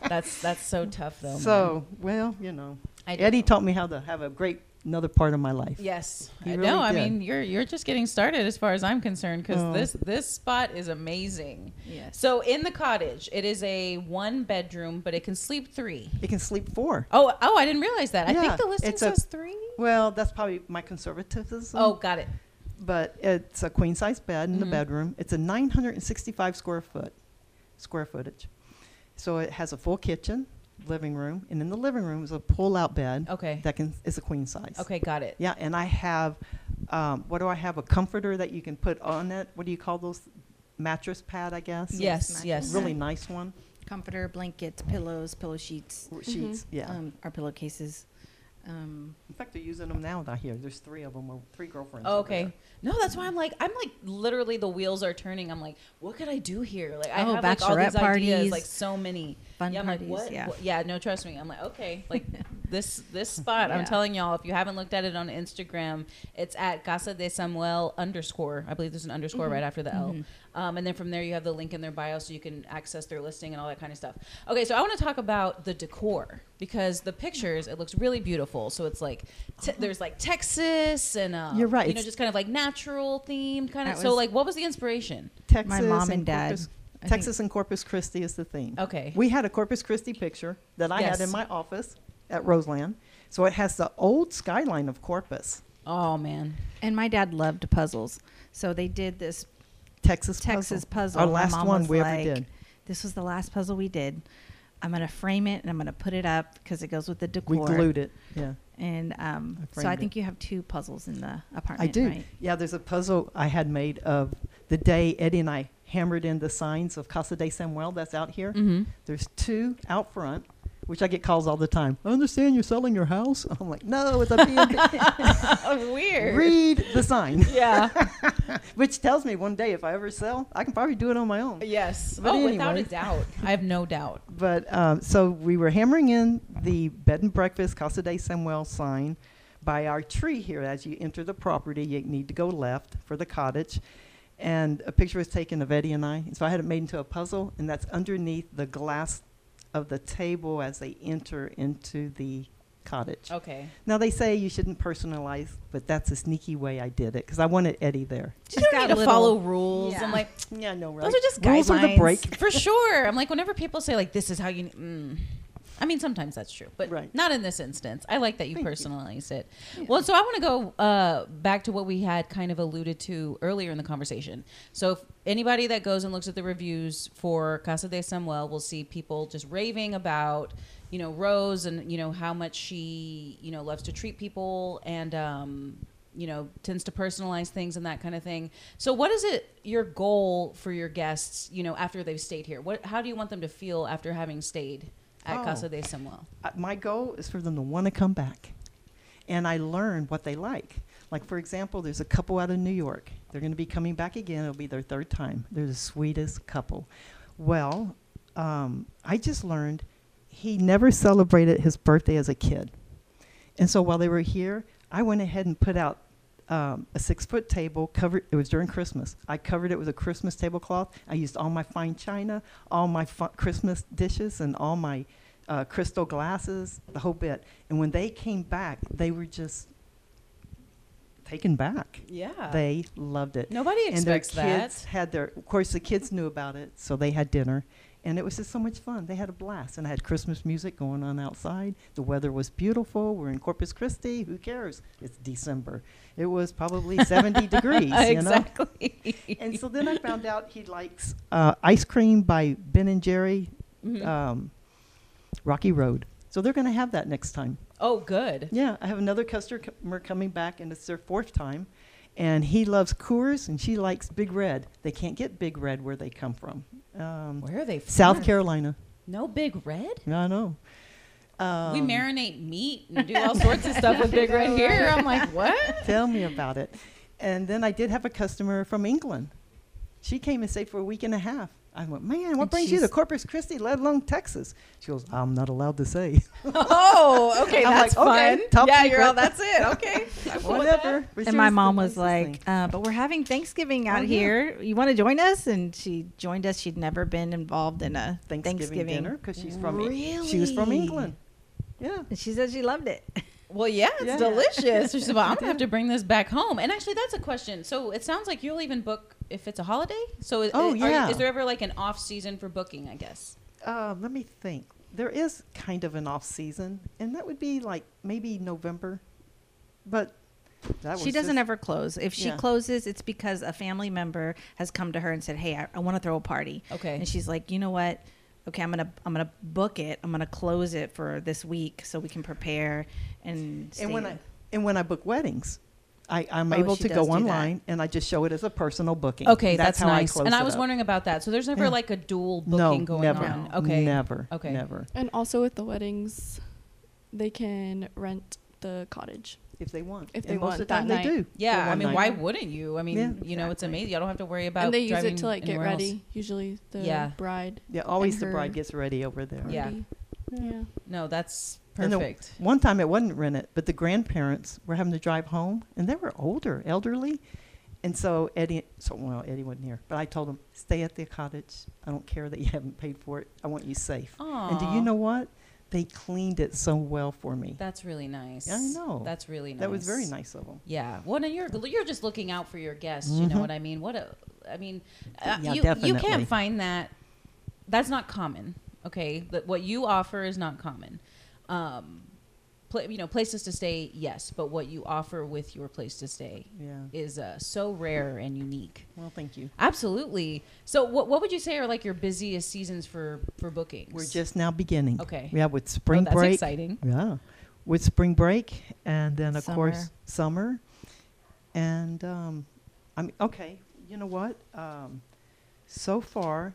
Speaker 1: that's that's so tough though. man.
Speaker 2: so, well, you know,
Speaker 1: I do-
Speaker 2: Eddie taught me how to have a great another part of my life.
Speaker 1: Yes.
Speaker 2: He
Speaker 1: I-
Speaker 2: really
Speaker 1: no, I
Speaker 2: did.
Speaker 1: mean you're you're just getting started as far as I'm concerned because
Speaker 2: Oh.
Speaker 1: this this spot is amazing.
Speaker 3: Yes.
Speaker 1: So in the cottage, it is a one bedroom, but it can sleep three.
Speaker 2: It can sleep four.
Speaker 1: Oh, oh, I didn't realize that. I
Speaker 2: Yeah,
Speaker 1: think the listing
Speaker 2: it's a-
Speaker 1: says three.
Speaker 2: Well, that's probably my conservatism.
Speaker 1: Oh, got it.
Speaker 2: but it's a queen size bed in the
Speaker 1: Mhm.
Speaker 2: bedroom. It's a 965 square foot square footage. So it has a full kitchen, living room, and in the living room is a pull out bed
Speaker 1: Okay.
Speaker 2: that can is a queen size.
Speaker 1: Okay, got it.
Speaker 2: Yeah, and I have um, what do I have? A comforter that you can put on it. What do you call those? Mattress pad, I guess.
Speaker 1: Yes,
Speaker 5: Yes,
Speaker 1: yes.
Speaker 2: Really nice one.
Speaker 3: comforter, blankets, pillows, pillow sheets,
Speaker 1: Mm-hmm.
Speaker 2: W- Sheets. Yeah.
Speaker 3: um, our pillowcases. Um,
Speaker 2: in fact, they're using them now down here. There's three of them. Three girlfriends. over
Speaker 1: Okay.
Speaker 2: there.
Speaker 1: No, that's why I'm like I'm like literally the wheels are turning. I'm like, what could I do here? Like I
Speaker 3: Oh,
Speaker 1: have like all these
Speaker 3: bachelorette
Speaker 1: ideas,
Speaker 3: parties.
Speaker 1: like so many
Speaker 3: Fun
Speaker 1: yeah, I'm like,
Speaker 3: parties,
Speaker 1: what-
Speaker 3: yeah.
Speaker 1: what- Yeah. No, trust me. I'm like, okay, like this this spot. I'm
Speaker 4: Yeah.
Speaker 1: telling y'all, if you haven't looked at it on Instagram, it's at Casa de Samuel underscore. I believe there's an underscore right after the
Speaker 3: Mhm.
Speaker 1: L. Um, and then from there, you have the link in their bio, so you can access their listing and all that kind of stuff. Okay, so I want to talk about the decor because the pictures it looks really beautiful. So it's like te- there's like Texas and um,
Speaker 2: You're right.
Speaker 1: You know, just kind of like natural themed kind of.
Speaker 3: That
Speaker 1: So
Speaker 3: was-
Speaker 1: like, what was the inspiration?
Speaker 2: Texas
Speaker 3: my mom and dad.
Speaker 2: Corpus-
Speaker 3: I think-
Speaker 2: Texas and Corpus Christi is the theme.
Speaker 1: Okay.
Speaker 2: We had a Corpus Christi picture that I had
Speaker 1: Yes.
Speaker 2: in my office at Roseland. So it has the old skyline of Corpus,
Speaker 1: Oh man,
Speaker 3: And my dad loved puzzles, so they did this
Speaker 2: Texas puzzle.
Speaker 3: Texas puzzle.
Speaker 2: Our
Speaker 3: My
Speaker 2: last
Speaker 3: mom
Speaker 2: one
Speaker 3: was
Speaker 2: we
Speaker 3: like,
Speaker 2: ever did.
Speaker 3: This was the last puzzle we did. I'm gonna frame it and I'm gonna put it up because it goes with the decor.
Speaker 2: We glued it. Yeah.
Speaker 3: And um,
Speaker 2: I
Speaker 3: so I
Speaker 2: framed
Speaker 3: think you have two puzzles in the
Speaker 2: I
Speaker 3: apartment.
Speaker 2: do.
Speaker 3: Right?
Speaker 2: Yeah, there's a puzzle I had made of the day Eddie and I hammered in the signs of Casa de Samuel that's out
Speaker 3: Mm.
Speaker 2: here.
Speaker 1: mm-hmm.
Speaker 2: There's two out front, which I get calls all the time. I understand you're selling your house. I'm like, no, it's a B&B.
Speaker 1: weird.
Speaker 2: Read the sign,
Speaker 1: yeah.
Speaker 2: which tells me one day if I ever sell, I can probably do it on my own.
Speaker 1: Yes.
Speaker 2: But
Speaker 1: oh, without a
Speaker 2: anyway.
Speaker 1: doubt. I have no doubt.
Speaker 2: But um, so we were hammering in the bed and breakfast Casa de Samuel sign by our tree here. As you enter the property, you need to go left for the cottage. And a picture was taken of Eddie and I. And so I had it made into a puzzle, and that's underneath the glass of the table as they enter into the cottage.
Speaker 1: Okay.
Speaker 2: Now, they say you shouldn't personalize, but that's a sneaky way I did it because I wanted Eddie there.
Speaker 1: You
Speaker 3: She's
Speaker 1: don't
Speaker 3: got
Speaker 1: need to
Speaker 3: little-
Speaker 1: follow rules.
Speaker 3: Yeah.
Speaker 1: I'm like,
Speaker 2: Yeah, no,
Speaker 1: those are just
Speaker 2: Rules are the
Speaker 1: guidelines.
Speaker 2: break.
Speaker 1: For sure. I'm like, whenever people say, like, this is how you. Mm, I mean, sometimes that's true, but
Speaker 2: Right.
Speaker 1: not in this instance. I like that you
Speaker 2: Thank you.
Speaker 1: personalize it. Well, so I want to go uh, back to what we had kind of alluded to earlier in the conversation. So, if anybody that goes and looks at the reviews for Casa de Samuel will see people just raving about, you know, Rose and, you know, how much she, you know, loves to treat people and, um, you know, tends to personalize things and that kind of thing. So, what is it your goal for your guests, you know, after they've stayed here? What, how do you want them to feel after having stayed at
Speaker 2: Oh.
Speaker 1: Casa de Samuel?
Speaker 2: I- my goal is for them to want to come back and i learn what they like like for example there's a couple out of new york they're going to be coming back again it'll be their third time they're the sweetest couple well um, i just learned he never celebrated his birthday as a kid and so while they were here i went ahead and put out um, a six foot table covered it was during christmas i covered it with a christmas tablecloth i used all my fine china all my fu- christmas dishes and all my uh, crystal glasses, the whole bit. And when they came back, they were just taken back.
Speaker 1: Yeah.
Speaker 2: They loved it.
Speaker 1: Nobody
Speaker 2: and their
Speaker 1: expects that.
Speaker 2: kids had their, of course, the kids knew about it, so they had dinner. And it was just so much fun. They had a blast. And I had Christmas music going on outside. The weather was beautiful. We're in Corpus Christi. Who cares? It's December. It was probably 70 degrees, you know?
Speaker 1: exactly.
Speaker 2: And so then I found out he likes uh, ice cream by Ben and Jerry
Speaker 1: Mhm.
Speaker 2: um, Rocky Road. So they're going to have that next time.
Speaker 1: oh, good.
Speaker 2: Yeah, I have another customer coming back, and it's their fourth time. And he loves Coors, and she likes Big Red. They can't get Big Red where they come from. Um,
Speaker 1: Where are they? From?
Speaker 2: South Carolina.
Speaker 1: No big red.
Speaker 2: I know.
Speaker 1: we
Speaker 2: Um,
Speaker 1: marinate meat and do all sorts of stuff with big red here. I'm like, what?
Speaker 2: Tell me about it. And then I did have a customer from England. She came and stayed for a week and a half. I went, man, what
Speaker 1: And
Speaker 2: brings you to
Speaker 1: she's-
Speaker 2: Corpus Christi, let alone Texas? She goes, I'm not allowed to say.
Speaker 1: Oh, okay,
Speaker 2: I'm
Speaker 1: that's
Speaker 2: like, okay,
Speaker 1: fun.
Speaker 2: top
Speaker 1: yeah, you're
Speaker 2: secret.
Speaker 1: all. That's it. Okay. I'm cool with that.
Speaker 2: Whatever. But she
Speaker 3: and my
Speaker 2: the
Speaker 3: mom was
Speaker 2: nicest thing.
Speaker 3: like, uh, "But we're having Thanksgiving out
Speaker 2: Oh, yeah.
Speaker 3: here. You want to join us?" And she joined us. She'd never been involved in a
Speaker 2: Thanksgiving,
Speaker 3: Thanksgiving,
Speaker 2: dinner because she's from E- she was from
Speaker 3: Really?
Speaker 2: England. Yeah,
Speaker 3: And she said she loved it.
Speaker 1: Well, yeah, it's
Speaker 2: Yeah.
Speaker 1: delicious. She's like, well, I'm gonna have to bring this back home. And actually, that's a question. So it sounds like you'll even book if it's a holiday. So, i-
Speaker 2: Oh,
Speaker 1: are you-
Speaker 2: yeah.
Speaker 1: is there ever like an off season for booking? I guess.
Speaker 2: uh, let me think. There is kind of an off season, and that would be like maybe November, but that
Speaker 3: She
Speaker 2: was
Speaker 3: doesn't
Speaker 2: just-
Speaker 3: ever close. If she
Speaker 2: Yeah.
Speaker 3: closes, it's because a family member has come to her and said, "Hey, I, I want to throw a party."
Speaker 1: Okay.
Speaker 3: And she's like, "You know what? Okay, I'm gonna I'm gonna book it. I'm gonna close it for this week so we can prepare and." stay
Speaker 2: And when I
Speaker 3: there."
Speaker 2: and when I book weddings, I, I'm
Speaker 3: Oh,
Speaker 2: able
Speaker 3: she
Speaker 2: to
Speaker 3: does
Speaker 2: go
Speaker 3: do that.
Speaker 2: online and I just show it as a personal booking.
Speaker 1: Okay, that's,
Speaker 2: that's, how
Speaker 1: nice.
Speaker 2: I close
Speaker 1: and
Speaker 2: it
Speaker 1: I was
Speaker 2: up.
Speaker 1: wondering about that. So there's never
Speaker 2: Yeah.
Speaker 1: like a dual booking
Speaker 2: no,
Speaker 1: going
Speaker 2: never,
Speaker 1: on. Okay.
Speaker 2: never,
Speaker 1: Okay.
Speaker 2: never.
Speaker 4: And also with the weddings, they can rent the cottage.
Speaker 2: If they want,
Speaker 4: If
Speaker 2: And
Speaker 4: they
Speaker 2: most
Speaker 4: want
Speaker 2: of the time
Speaker 4: that
Speaker 2: they
Speaker 4: night.
Speaker 2: do. for
Speaker 1: Yeah, I
Speaker 2: one
Speaker 1: mean,
Speaker 2: night.
Speaker 1: why wouldn't you? I mean,
Speaker 2: Yeah.
Speaker 1: you know, it's
Speaker 4: Exactly.
Speaker 1: amazing. I don't have to worry about.
Speaker 4: And they use it
Speaker 1: driving
Speaker 4: to like get
Speaker 1: anywhere else.
Speaker 4: ready. Usually the
Speaker 1: Yeah.
Speaker 4: bride.
Speaker 2: Yeah, always the
Speaker 4: her-
Speaker 2: bride gets ready over there.
Speaker 1: Yeah.
Speaker 4: party. Yeah.
Speaker 1: No, that's
Speaker 2: And the-
Speaker 1: perfect.
Speaker 2: One time it wasn't rented, but the grandparents were having to drive home, and they were older, elderly, and so Eddie, so well, Eddie wasn't here, but I told him, stay at the cottage. I don't care that you haven't paid for it. I want you safe. And do
Speaker 1: Aw.
Speaker 2: you know what? They cleaned it so well for me.
Speaker 1: That's really nice.
Speaker 2: I know.
Speaker 1: That's really nice.
Speaker 2: That was very nice of them.
Speaker 1: Yeah. Well, and you're you're just looking out for your guests. You know
Speaker 2: Mhm.
Speaker 1: what I mean? What a, I mean, uh,
Speaker 2: Yeah,
Speaker 1: you you
Speaker 2: definitely.
Speaker 1: can't find that. That's not common. Okay, but what you offer is not common. Um, pla you know, places to stay, yes, but what you offer with your place to stay
Speaker 2: Yeah.
Speaker 1: is uh, so rare and unique.
Speaker 2: Well, thank you.
Speaker 1: Absolutely. So, what what would you say are like your busiest seasons for for bookings?
Speaker 2: We're just now beginning.
Speaker 1: Okay.
Speaker 2: Yeah, with
Speaker 1: Oh,
Speaker 2: spring
Speaker 1: that's
Speaker 2: break.
Speaker 1: exciting.
Speaker 2: Yeah, with spring break, and then of course summer,
Speaker 3: Summer.
Speaker 2: and um, I'm okay. You know what? Um, so far,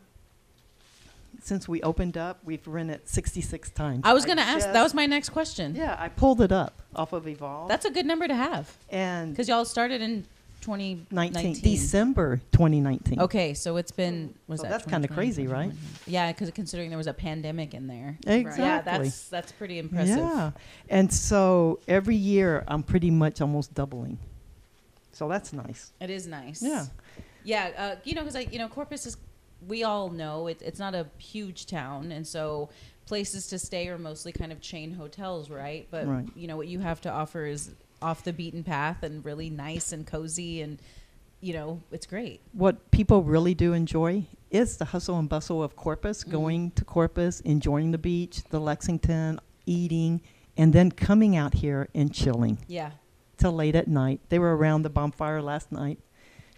Speaker 2: since we opened up, we've rented 66 times.
Speaker 1: I was going to ask. That
Speaker 2: just-
Speaker 1: was my next question.
Speaker 2: Yeah, I pulled it up off of Evolve.
Speaker 1: That's a good number to have
Speaker 2: and
Speaker 1: because y'all started in 2019.
Speaker 2: 19 December 2019.
Speaker 1: Okay, so it's been was
Speaker 2: So
Speaker 1: that
Speaker 2: that's
Speaker 1: 2020,
Speaker 2: kinda crazy, right?
Speaker 1: 2021? Yeah, because considering there was a pandemic in there.
Speaker 2: Exactly.
Speaker 1: Yeah, that's that's pretty impressive.
Speaker 2: Yeah. And so every year I'm pretty much almost doubling. So that's nice.
Speaker 1: It is nice.
Speaker 2: Yeah.
Speaker 1: Yeah, uh, you know, because like you know, Corpus is we all know it, it's not a huge town, and so places to stay are mostly kind of chain hotels, right? But
Speaker 2: Right.
Speaker 1: you know what you have to offer is off the beaten path and really nice and cozy, and you know, it's great.
Speaker 2: what people really do enjoy is the hustle and bustle of Corpus,
Speaker 1: Mm-hmm.
Speaker 2: going to Corpus, enjoying the beach, the Lexington, eating, and then coming out here and chilling
Speaker 1: Yeah.
Speaker 2: till late at night. They were around the bonfire last night,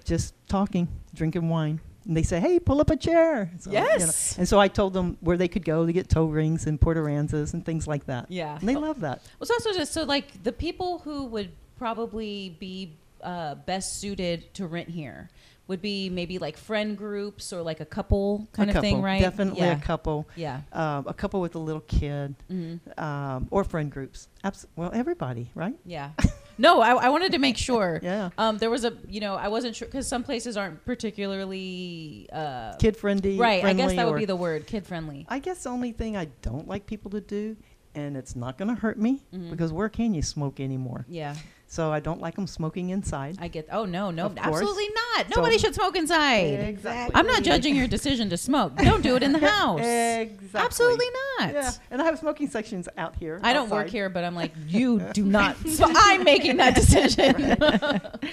Speaker 2: just talking, drinking wine. And they say, "Hey, pull up a chair." So, you know,
Speaker 1: Yes.
Speaker 2: And so I told them where they could go to get toe rings and Port Aransas and things like that.
Speaker 1: Yeah.
Speaker 2: And they love that.
Speaker 1: Well, it's also just so like the people who would probably be uh, best suited to rent here would be maybe like friend groups or like a couple kind of
Speaker 2: a couple,
Speaker 1: thing, right?
Speaker 2: Definitely
Speaker 1: yeah.
Speaker 2: a couple,
Speaker 1: Yeah.
Speaker 2: um, a couple with a little kid,
Speaker 1: hmm
Speaker 2: um, or friend groups. Abs- well, everybody, right?
Speaker 1: Yeah. No, I, I wanted to make sure.
Speaker 2: Yeah.
Speaker 1: Um, there was a, you know, I wasn't sure because some places aren't particularly uh,
Speaker 2: Kid friendly.
Speaker 1: right. I guess
Speaker 2: friendly
Speaker 1: that
Speaker 2: or-
Speaker 1: would be the word, kid friendly.
Speaker 2: I guess the only thing I don't like people to do, and it's not going to hurt me,
Speaker 1: Mhm.
Speaker 2: because where can you smoke anymore?
Speaker 1: Yeah,
Speaker 2: So I don't like them smoking inside.
Speaker 1: I get. Oh no, no,
Speaker 2: Of course.
Speaker 1: absolutely not.
Speaker 2: So-
Speaker 1: Nobody should smoke inside.
Speaker 2: Exactly.
Speaker 1: I'm not judging your decision to smoke. Don't do it in the house.
Speaker 2: Exactly.
Speaker 1: Absolutely not.
Speaker 2: Yeah, and I have smoking sections out here.
Speaker 1: I don't work
Speaker 2: outside.
Speaker 1: here, but I'm like, you do not. So I'm making that decision.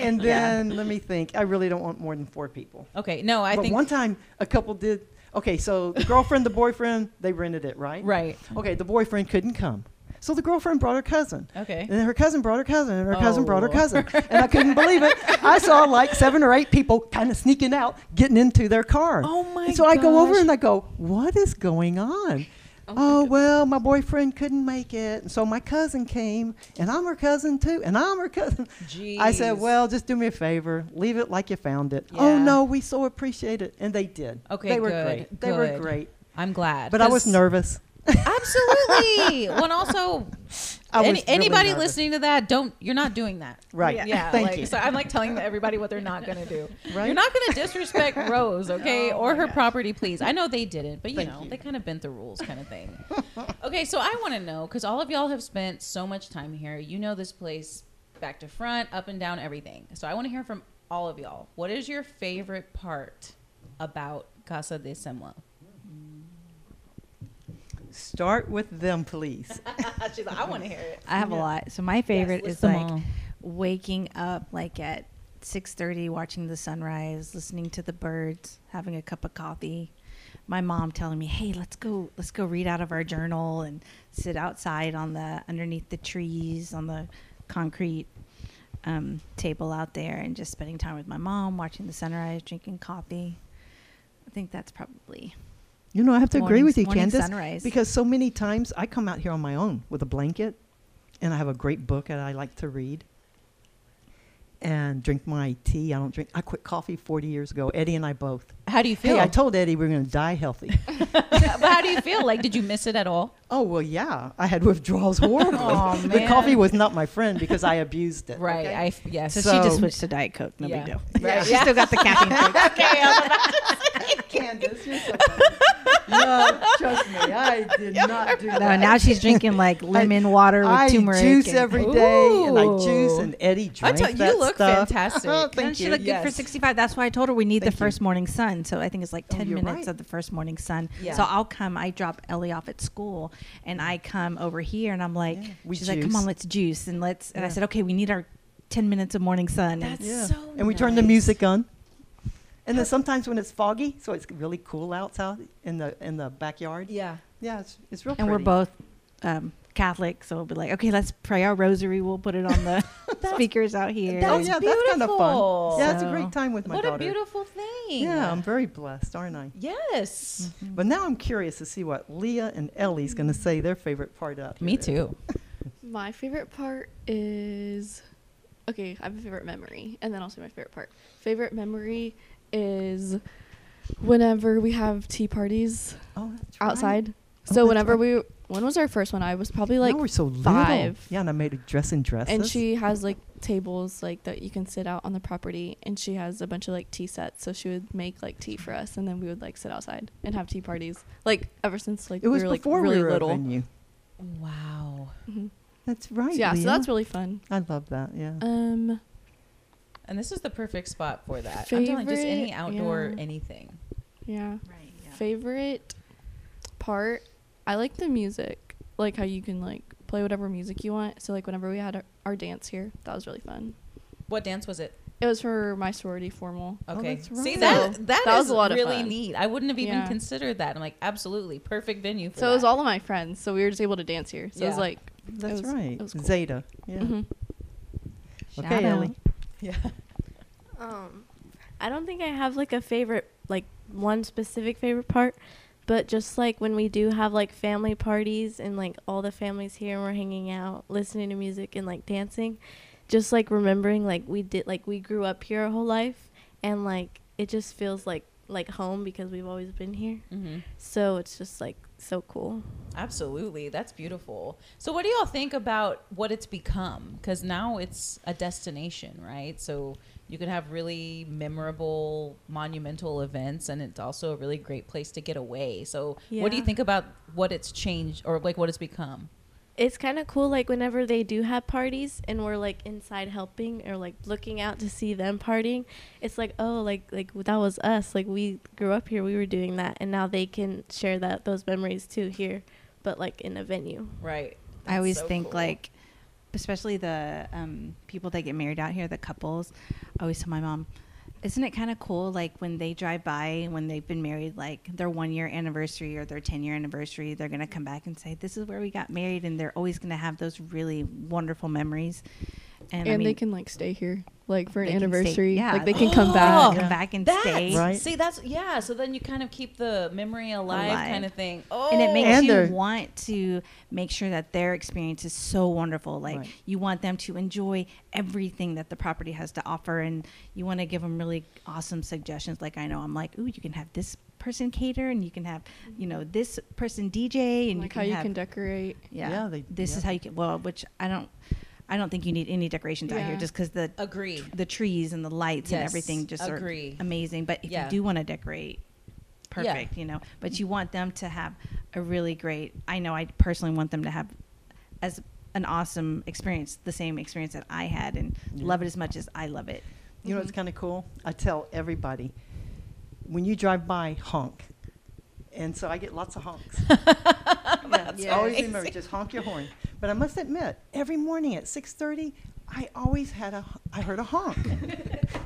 Speaker 2: And then let me think. I really don't want more than four people.
Speaker 1: okay, no, I
Speaker 2: but
Speaker 1: think
Speaker 2: one time a couple did. Okay, so the girlfriend, the boyfriend, they rented it, right?
Speaker 1: right.
Speaker 2: Okay, the boyfriend couldn't come, so the girlfriend brought her cousin.
Speaker 1: Okay,
Speaker 2: And her cousin brought her cousin, and her cousin
Speaker 1: Oh,
Speaker 2: brought her cousin. And I couldn't believe it. I saw like seven or eight people kind of sneaking out, getting into their car.
Speaker 1: Oh, my
Speaker 2: And so I go over
Speaker 1: gosh.
Speaker 2: and I go, What is going on? Oh, well, my boyfriend couldn't make it. And so my cousin came, and I'm her cousin too, and I'm her cousin. I said,
Speaker 1: Jeez.
Speaker 2: Well, just do me a favor. Leave it like you found it. Oh,
Speaker 1: Yeah.
Speaker 2: no, we so appreciate it. And they did.
Speaker 1: Okay,
Speaker 2: They were
Speaker 1: good,
Speaker 2: great. They were
Speaker 1: good.
Speaker 2: great.
Speaker 1: I'm glad.
Speaker 2: But I was
Speaker 1: 'cause-
Speaker 2: nervous.
Speaker 1: Absolutely. well, and also,
Speaker 2: I
Speaker 1: any,
Speaker 2: was really
Speaker 1: anybody
Speaker 2: nervous.
Speaker 1: listening to that, don't. You're not doing that.
Speaker 2: Right.
Speaker 1: Yeah.
Speaker 2: Thank
Speaker 1: like,
Speaker 2: you.
Speaker 1: So I'm like telling everybody what they're not going to do.
Speaker 2: Right?
Speaker 1: You're not going to disrespect Rose, okay, or her property, please. I know they didn't, but you
Speaker 2: Thank
Speaker 1: know
Speaker 2: you.
Speaker 1: they kind of bent the rules, kind of thing. okay, so I want to know because all of y'all have spent so much time here. You know this place back to front, up and down, everything. So I want to hear from all of y'all. What is your favorite part about Casa de Semla?
Speaker 2: Start with them, please.
Speaker 1: She's like, I want to hear it.
Speaker 3: I have a lot. So my favorite
Speaker 1: list
Speaker 3: is
Speaker 1: them
Speaker 3: like
Speaker 1: all.
Speaker 3: waking up like at 6:30 watching the sunrise, listening to the birds, having a cup of coffee. My mom telling me, "Hey, let's go let's go read out of our journal and sit outside on the underneath the trees on the concrete um, table out there and just spending time with my mom, watching the sunrise, drinking coffee." I think that's probably
Speaker 2: You know, I have to agree
Speaker 3: Morning-
Speaker 2: with you,
Speaker 3: morning
Speaker 2: Candace.
Speaker 3: sunrise.
Speaker 2: Because so many times I come out here on my own with a blanket and I have a great book that I like to read and drink my tea. I don't drink, I quit coffee 40 years ago. Eddie and I both.
Speaker 1: How do you feel?
Speaker 2: Hey, I told Eddie we were going to die healthy.
Speaker 1: but how do you feel? Like, did you miss it at all?
Speaker 2: oh, well, yeah. I had withdrawals horribly.
Speaker 1: Aw,
Speaker 2: The coffee
Speaker 1: man.
Speaker 2: was not my friend because I abused it.
Speaker 1: Right.
Speaker 2: okay?
Speaker 1: I f- yes.
Speaker 3: so,
Speaker 2: So-
Speaker 3: she just switched to diet coke. No
Speaker 1: Yeah.
Speaker 3: big deal.
Speaker 1: Right.
Speaker 3: She
Speaker 1: Yeah.
Speaker 3: still got the caffeine. kick.
Speaker 1: okay. I'm about to-
Speaker 2: Candace, you're so No, trust me. I did not do that.
Speaker 3: No, now she's drinking like lemon water with
Speaker 2: I
Speaker 3: turmeric.
Speaker 2: juice
Speaker 3: and-
Speaker 2: every day, and I
Speaker 1: Ooh.
Speaker 2: juice, and Eddie
Speaker 1: I
Speaker 2: drank
Speaker 1: tell
Speaker 2: that
Speaker 1: you, look
Speaker 2: stuff.
Speaker 1: fantastic.
Speaker 2: Oh,
Speaker 3: And
Speaker 2: thank
Speaker 3: she
Speaker 2: you.
Speaker 3: looked good for
Speaker 1: Yes.
Speaker 3: 65. That's why I told her we need
Speaker 2: Thank
Speaker 3: the
Speaker 2: you.
Speaker 3: first morning sun. So I think it's like
Speaker 2: Oh,
Speaker 3: 10
Speaker 2: you're
Speaker 3: minutes
Speaker 2: right.
Speaker 3: of the first morning sun.
Speaker 1: Yeah.
Speaker 3: So I'll come. I drop Ellie off at school and I come over here and I'm like,
Speaker 2: Yeah. We
Speaker 3: she's like, come
Speaker 2: juice.
Speaker 3: on, let's juice. And let's, and I
Speaker 2: Yeah.
Speaker 3: said, okay, we need our 10 minutes of morning sun.
Speaker 1: That's
Speaker 3: and
Speaker 2: Yeah.
Speaker 1: so.
Speaker 2: and we turn the music on. And then sometimes when it's foggy, so it's really cool outside in the in the backyard.
Speaker 1: Yeah.
Speaker 2: Yeah, it's, it's real.
Speaker 3: and we're
Speaker 2: pretty.
Speaker 3: both um, Catholic. So we'll be like, okay, let's pray our rosary. We'll put it on the speakers out here.
Speaker 2: Oh
Speaker 1: That's
Speaker 2: yeah, that's kind of
Speaker 1: beautiful.
Speaker 2: fun. Yeah, it's a
Speaker 3: So-
Speaker 2: great time with my
Speaker 1: what
Speaker 2: daughter.
Speaker 1: a beautiful thing.
Speaker 2: yeah, I'm very blessed, aren't I?
Speaker 1: Yes.
Speaker 2: But now I'm curious to see what Leah and Ellie's going to say their favorite part out.
Speaker 1: Me
Speaker 2: here.
Speaker 1: too.
Speaker 4: My favorite part is okay. I have a favorite memory, and then I'll say my favorite part. Favorite memory is whenever we have tea parties
Speaker 2: Oh, that's right. Oh,
Speaker 4: outside. So
Speaker 2: that's
Speaker 4: whenever
Speaker 2: right.
Speaker 4: we when was our first one? I was probably
Speaker 2: Now
Speaker 4: like
Speaker 2: we're so little.
Speaker 4: five.
Speaker 2: Yeah, and I made a dress and dresses.
Speaker 4: and she has like tables like that you can sit out on the property and she has a bunch of like tea sets so she would make like tea for us and then we would like sit outside and have tea parties like ever since like
Speaker 2: It was
Speaker 4: we were like
Speaker 2: before
Speaker 4: really
Speaker 2: we were
Speaker 4: little
Speaker 2: a venue.
Speaker 1: Wow.
Speaker 4: Mhm.
Speaker 2: That's
Speaker 4: So
Speaker 2: right.
Speaker 4: yeah so
Speaker 2: Leah.
Speaker 4: that's really fun
Speaker 2: I love that. Yeah.
Speaker 4: um
Speaker 1: And this is the perfect spot for that. I'm telling you, just any
Speaker 4: Favorite-
Speaker 1: outdoor
Speaker 4: yeah.
Speaker 1: anything.
Speaker 4: yeah
Speaker 5: Right.
Speaker 4: favorite part i like the music like how you can like play whatever music you want so like whenever we had our, our dance here that was really fun
Speaker 1: What dance was it?
Speaker 4: It was for my sorority formal.
Speaker 1: Okay.
Speaker 2: that's
Speaker 1: See
Speaker 2: right.
Speaker 1: that
Speaker 4: So,
Speaker 1: that,
Speaker 4: Oh, that was
Speaker 1: is
Speaker 4: a lot of
Speaker 1: really
Speaker 4: fun.
Speaker 1: neat. I wouldn't have even
Speaker 4: Yeah.
Speaker 1: considered that. I'm like, absolutely perfect venue for
Speaker 4: So it was
Speaker 1: that.
Speaker 4: all of my friends. So we were just able to dance here. So it was
Speaker 1: Yeah.
Speaker 4: like,
Speaker 2: That's
Speaker 4: was-
Speaker 2: right.
Speaker 4: it was cool.
Speaker 2: Zeta. Yeah.
Speaker 4: mhm.
Speaker 2: Okay,
Speaker 5: Shout
Speaker 2: Ellie.
Speaker 5: out.
Speaker 1: Yeah.
Speaker 6: Um, I don't think I have like a favorite, like one specific favorite part, but just like when we do have like family parties and like all the families here and we're hanging out, listening to music and like dancing, just like remembering like we did, like we grew up here our whole life, and like it just feels like like home because we've always been here.
Speaker 1: hmm
Speaker 6: So it's just like so cool.
Speaker 1: Absolutely. That's beautiful. So, what do y'all think about what it's become? Because now it's a destination, right? So, you can have really memorable, monumental events, and it's also a really great place to get away. So, what do you
Speaker 6: Yeah.
Speaker 1: think about what it's changed or like what it's become?
Speaker 6: it's kind of cool like whenever they do have parties and we're like inside helping or like looking out to see them partying it's like oh like like that was us like we grew up here we were doing that and now they can share that those memories too here but like in a venue
Speaker 1: Right.
Speaker 3: I always
Speaker 1: so
Speaker 3: think
Speaker 1: cool.
Speaker 3: like, especially the um, people that get married out here, the couples. I always tell my mom, isn't it kind of cool? Like when they drive by, when they've been married, like their one year anniversary or their ten year anniversary, they're gonna come back and say, "This is where we got married," and they're always gonna have those really wonderful memories. And,
Speaker 4: and
Speaker 3: I mean,
Speaker 4: they can like stay here, like for an
Speaker 3: they can stay-
Speaker 4: anniversary.
Speaker 3: yeah,
Speaker 4: Like they can come back.
Speaker 3: come
Speaker 2: Yeah.
Speaker 3: back and
Speaker 1: That's-
Speaker 3: stay.
Speaker 2: Right.
Speaker 1: See, that's yeah. So then you kind of keep the memory alive,
Speaker 3: Alive.
Speaker 1: kind of thing. Oh,
Speaker 3: and it makes
Speaker 2: And
Speaker 3: you
Speaker 2: they're-
Speaker 3: want to make sure that their experience is so wonderful like
Speaker 2: Right.
Speaker 3: you want them to enjoy everything that the property has to offer and you want to give them really awesome suggestions like i know i'm like ooh you can have this person cater and you can have you know this person dj and you
Speaker 4: Like how
Speaker 3: can
Speaker 4: you
Speaker 3: have
Speaker 4: can decorate.
Speaker 3: yeah,
Speaker 2: Yeah, they-
Speaker 3: this is
Speaker 2: yeah.
Speaker 3: how you can well which i don't i don't think you need any decorations out here
Speaker 4: Yeah.
Speaker 3: just because the
Speaker 1: agree.
Speaker 3: the trees and the lights and
Speaker 1: Yes,
Speaker 3: everything just
Speaker 1: agree.
Speaker 3: are amazing. But if
Speaker 1: Yeah.
Speaker 3: you do want to decorate, perfect, you know. But you want them to have a really great. I know I personally want them to have as an awesome experience, the same experience that I had, and
Speaker 2: Yeah.
Speaker 3: love it as much as I love it.
Speaker 2: You
Speaker 4: Mm-hmm.
Speaker 2: know what's kind of cool? I tell everybody, when you drive by, honk. And so I get lots of honks.
Speaker 1: That's
Speaker 2: I always
Speaker 1: amazing.
Speaker 2: remember just honk your horn. But I must admit, every morning at 6:30, I always had a I heard a honk.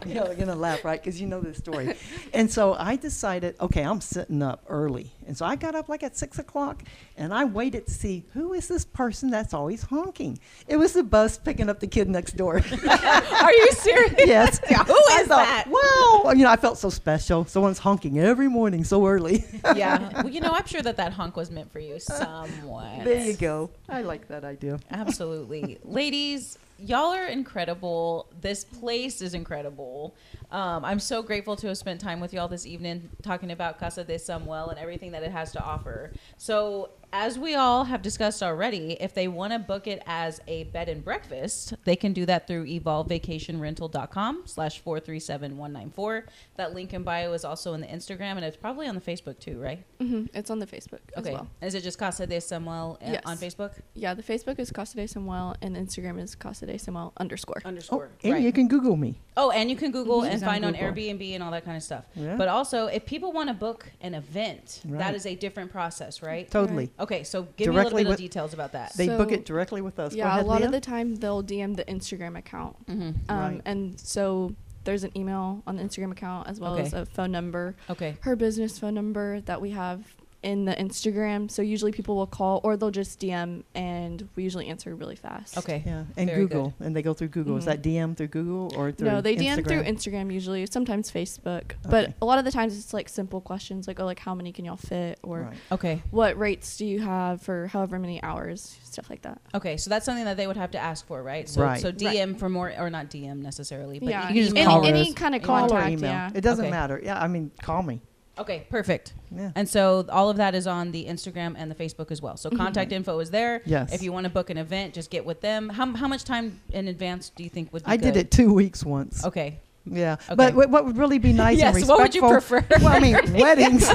Speaker 2: you know, they're gonna laugh, right? Because you know this story. And so I decided, okay, I'm sitting up early. And so I got up like at six o'clock, and I waited to see who is this person that's always honking. It was the bus picking up the kid next door.
Speaker 1: Are you serious?
Speaker 2: yes.
Speaker 1: Who
Speaker 2: I
Speaker 1: is
Speaker 2: thought,
Speaker 1: that?
Speaker 2: Wow. You know, I felt so special. Someone's honking every morning so early.
Speaker 1: yeah. Well, you know, I'm sure that that honk was meant for you somewhat.
Speaker 2: there you go. I like that idea.
Speaker 1: Absolutely. Ladies, y'all are incredible. This place is incredible. Um, I'm so grateful to have spent time with y'all this evening talking about Casa de Samuel and everything that it has to offer. So, as we all have discussed already, if they want to book it as a bed and breakfast, they can do that through evolvevacationrental.com slash 437194. That link in bio is also in the Instagram and it's probably on the Facebook too, right?
Speaker 4: hmm It's on the Facebook as
Speaker 1: Okay.
Speaker 4: well.
Speaker 1: Is it just Casa de Samuel uh,
Speaker 4: Yes.
Speaker 1: on Facebook?
Speaker 4: Yeah, the Facebook is Casa de Samuel and Instagram is Casa de Samuel underscore.
Speaker 1: Underscore.
Speaker 2: Oh, and you can Google me.
Speaker 1: Oh, and you can Google
Speaker 3: Mhm.
Speaker 1: and
Speaker 3: It's on
Speaker 1: find on
Speaker 3: Google.
Speaker 1: Airbnb and all that kind of stuff.
Speaker 2: Yeah.
Speaker 1: But also, if people want to book an event, that
Speaker 2: Right.
Speaker 1: is a different process, right?
Speaker 2: Totally.
Speaker 1: Okay, so give me a little
Speaker 2: Directly
Speaker 1: bit of
Speaker 2: with-
Speaker 1: details about that.
Speaker 2: They book
Speaker 4: So-
Speaker 2: it directly with us. Go
Speaker 4: yeah,
Speaker 2: ahead,
Speaker 4: a lot
Speaker 2: Leah.
Speaker 4: of the time they'll DM the Instagram account.
Speaker 1: Mhm.
Speaker 4: Um,
Speaker 2: Right.
Speaker 4: And so there's an email on the Instagram account as well
Speaker 1: Okay.
Speaker 4: as a phone number,
Speaker 1: Okay.
Speaker 4: her business phone number that we have in the Instagram. So usually people will call or they'll just DM and we usually answer really fast.
Speaker 1: Okay.
Speaker 2: Yeah, and
Speaker 1: Very Mm-hmm.
Speaker 2: Google, and they go through Google. Is
Speaker 4: Mhm.
Speaker 2: that DM through Google or through?
Speaker 4: No, they DM
Speaker 2: Instagram?
Speaker 4: through Instagram usually, sometimes Facebook. But
Speaker 2: Okay.
Speaker 4: a lot of the times it's like simple questions like, oh, like how many can y'all fit or
Speaker 2: Right.
Speaker 1: Okay.
Speaker 4: what rates do you have for however many hours, stuff like that.
Speaker 1: Okay. So that's something that they would have to ask for, right? So,
Speaker 2: Right.
Speaker 1: so DM for more, or not DM necessarily, but
Speaker 4: yeah,
Speaker 1: e-
Speaker 3: you can just
Speaker 4: any,
Speaker 2: call
Speaker 4: any
Speaker 2: us.
Speaker 4: kind of
Speaker 1: Call or
Speaker 2: Call or
Speaker 4: contact.
Speaker 2: email.
Speaker 4: Yeah.
Speaker 2: It doesn't
Speaker 1: Okay.
Speaker 2: matter. Yeah, I mean, call me.
Speaker 1: Okay. Perfect.
Speaker 2: Yeah.
Speaker 1: And so all of that is on the Instagram and the Facebook as well. So
Speaker 4: Mm-hmm.
Speaker 1: contact info is there.
Speaker 2: Yes.
Speaker 1: If you want to book an event, just get with them. How, how much time in advance do you think would be
Speaker 2: I did
Speaker 1: good?
Speaker 2: it two weeks once.
Speaker 1: Okay.
Speaker 2: Yeah,
Speaker 1: Okay.
Speaker 2: but what- what would really be nice and
Speaker 1: yes.
Speaker 2: respectful?
Speaker 1: What would you prefer?
Speaker 2: well, I mean, weddings.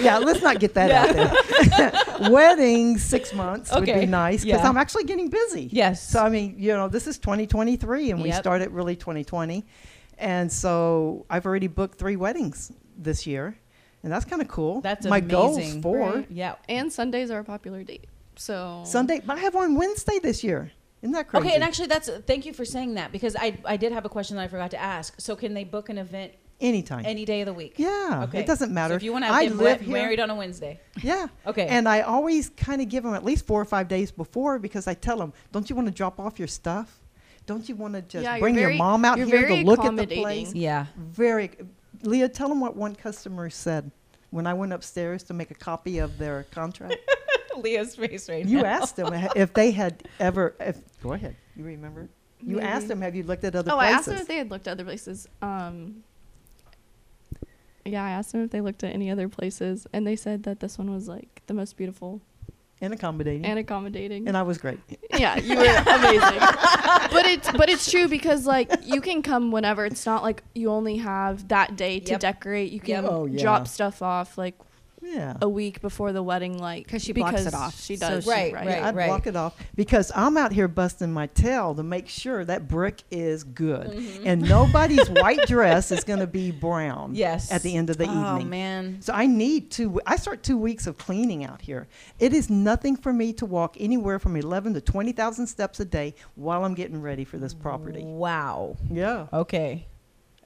Speaker 2: yeah, let's not get that out there. weddings, six months would
Speaker 1: Okay.
Speaker 2: be nice because
Speaker 1: Yeah.
Speaker 2: I'm actually getting busy.
Speaker 1: Yes.
Speaker 2: So I mean, you know, this is 2023, and we
Speaker 1: Yep.
Speaker 2: started really 2020, and so I've already booked three weddings this year, and that's kind of cool.
Speaker 1: That's
Speaker 2: my goal's
Speaker 1: amazing.
Speaker 2: four
Speaker 4: Right.
Speaker 1: yeah.
Speaker 4: And Sundays are a popular date. So
Speaker 2: Sunday, but I have one Wednesday this year. Isn't that crazy?
Speaker 1: Okay, and actually, that's thank you for saying that because I I did have a question that I forgot to ask. So, can they book an event
Speaker 2: anytime.
Speaker 1: any day of the week?
Speaker 2: yeah,
Speaker 1: Okay.
Speaker 2: it doesn't matter.
Speaker 1: So if you want to
Speaker 2: I
Speaker 1: get
Speaker 2: live
Speaker 1: wet-
Speaker 2: here-
Speaker 1: married on a Wednesday,
Speaker 2: Yeah.
Speaker 1: okay.
Speaker 2: And I always kind of give them at least four or five days before because I tell them, don't you want to drop off your stuff? Don't you want to just
Speaker 4: Yeah, you're
Speaker 2: bring
Speaker 4: very-
Speaker 2: your mom out
Speaker 4: you're
Speaker 2: here to
Speaker 4: very
Speaker 2: look at the
Speaker 4: accommodating.
Speaker 2: place?
Speaker 1: yeah.
Speaker 2: Very. Leah, tell them what one customer said when I went upstairs to make a copy of their contract.
Speaker 1: Leah's face right
Speaker 2: you
Speaker 1: now.
Speaker 2: asked them if they had ever. If, Go ahead. You remember? You
Speaker 4: Maybe.
Speaker 2: asked them, have you looked at other
Speaker 4: oh, I
Speaker 2: places?
Speaker 4: asked them if they had looked at other places. Um, yeah, I asked them if they looked at any other places, and they said that this one was like the most beautiful
Speaker 2: and accommodating.
Speaker 4: and accommodating.
Speaker 2: and I was great.
Speaker 4: yeah, you were amazing. but it's but it's true because like you can come whenever. It's not like you only have that day to
Speaker 1: Yep.
Speaker 4: decorate. You can
Speaker 1: Yep.
Speaker 2: Oh, yeah.
Speaker 4: drop stuff off like
Speaker 2: Yeah.
Speaker 4: a week before the wedding, like
Speaker 3: 'Cause she blocks it
Speaker 4: because
Speaker 3: off.
Speaker 4: She
Speaker 3: So
Speaker 4: does
Speaker 3: she-
Speaker 1: Right, right.
Speaker 2: I'd block it off because I'm out here busting my tail to make sure that brick is good
Speaker 4: Mm-hmm.
Speaker 1: Mm-hmm.
Speaker 2: and nobody's white dress is going to be brown
Speaker 1: Yes.
Speaker 2: at the end of the
Speaker 1: oh
Speaker 2: evening.
Speaker 1: man.
Speaker 2: So I need two. I start two weeks of cleaning out here. It is nothing for me to walk anywhere from 11 to 20,000 steps a day while I'm getting ready for this property.
Speaker 1: Wow.
Speaker 2: Yeah,
Speaker 1: Okay.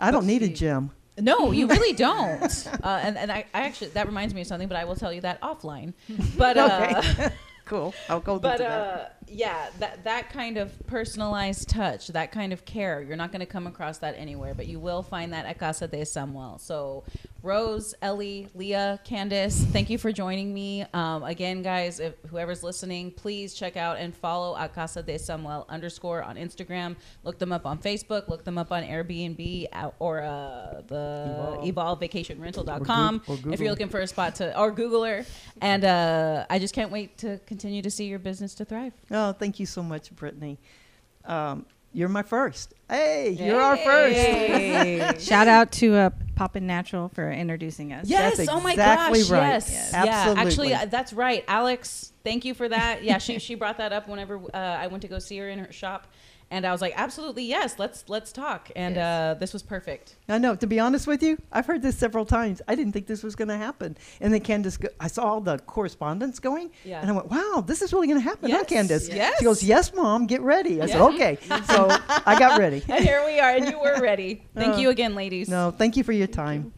Speaker 2: I don't need a gym.
Speaker 1: No, you really don't. Uh, and and I, I actually that reminds me of something, but I will tell you that offline. But uh,
Speaker 2: Cool. I'll go.
Speaker 1: but
Speaker 2: do that.
Speaker 1: uh, yeah, that that kind of personalized touch, that kind of care, you're not going to come across that anywhere. But you will find that at Casa de Samuel. So, Rose, Ellie, Leah, Candice, thank you for joining me um, again, guys. If whoever's listening, please check out and follow at Casa de Samuel underscore on Instagram. Look them up on Facebook. Look them up on Airbnb uh, or uh, the evolvevacationrental.com
Speaker 2: Or Goog- or
Speaker 1: if you're
Speaker 2: Google.
Speaker 1: looking looking for a spot to or Googler, and uh, I just can't wait to continue to see your business to thrive.
Speaker 2: Oh, thank you so much, Brittany. Um, you're my first. Hey, you're our first.
Speaker 3: Shout out to uh, Poppin' Natural for introducing us.
Speaker 1: yes!
Speaker 2: That's
Speaker 1: oh my
Speaker 2: exactly
Speaker 1: gosh!
Speaker 2: right.
Speaker 1: Yes.
Speaker 2: Yes.
Speaker 1: Yeah. Actually,
Speaker 2: Absolutely.
Speaker 1: uh, that's right, Alex. Thank you for that. Yeah, she she brought that up whenever uh, I went to go see her in her shop, and I was like, absolutely yes, let's let's talk. And
Speaker 5: Yes.
Speaker 1: uh, this was perfect.
Speaker 2: I know. To be honest with you, I've heard this several times. I didn't think this was going to happen. And then Candace, go- I saw all the correspondence going,
Speaker 1: Yeah.
Speaker 2: and I went, "Wow, this is really going to happen, huh,
Speaker 1: Yes,
Speaker 2: Candace?"
Speaker 1: yes.
Speaker 2: She goes, "Yes, mom, get ready." I said,
Speaker 1: Yeah.
Speaker 2: "Okay." So I got ready.
Speaker 1: And here we are, and you were ready. Thank
Speaker 2: Uh,
Speaker 1: you again, ladies.
Speaker 2: No, thank you for your time.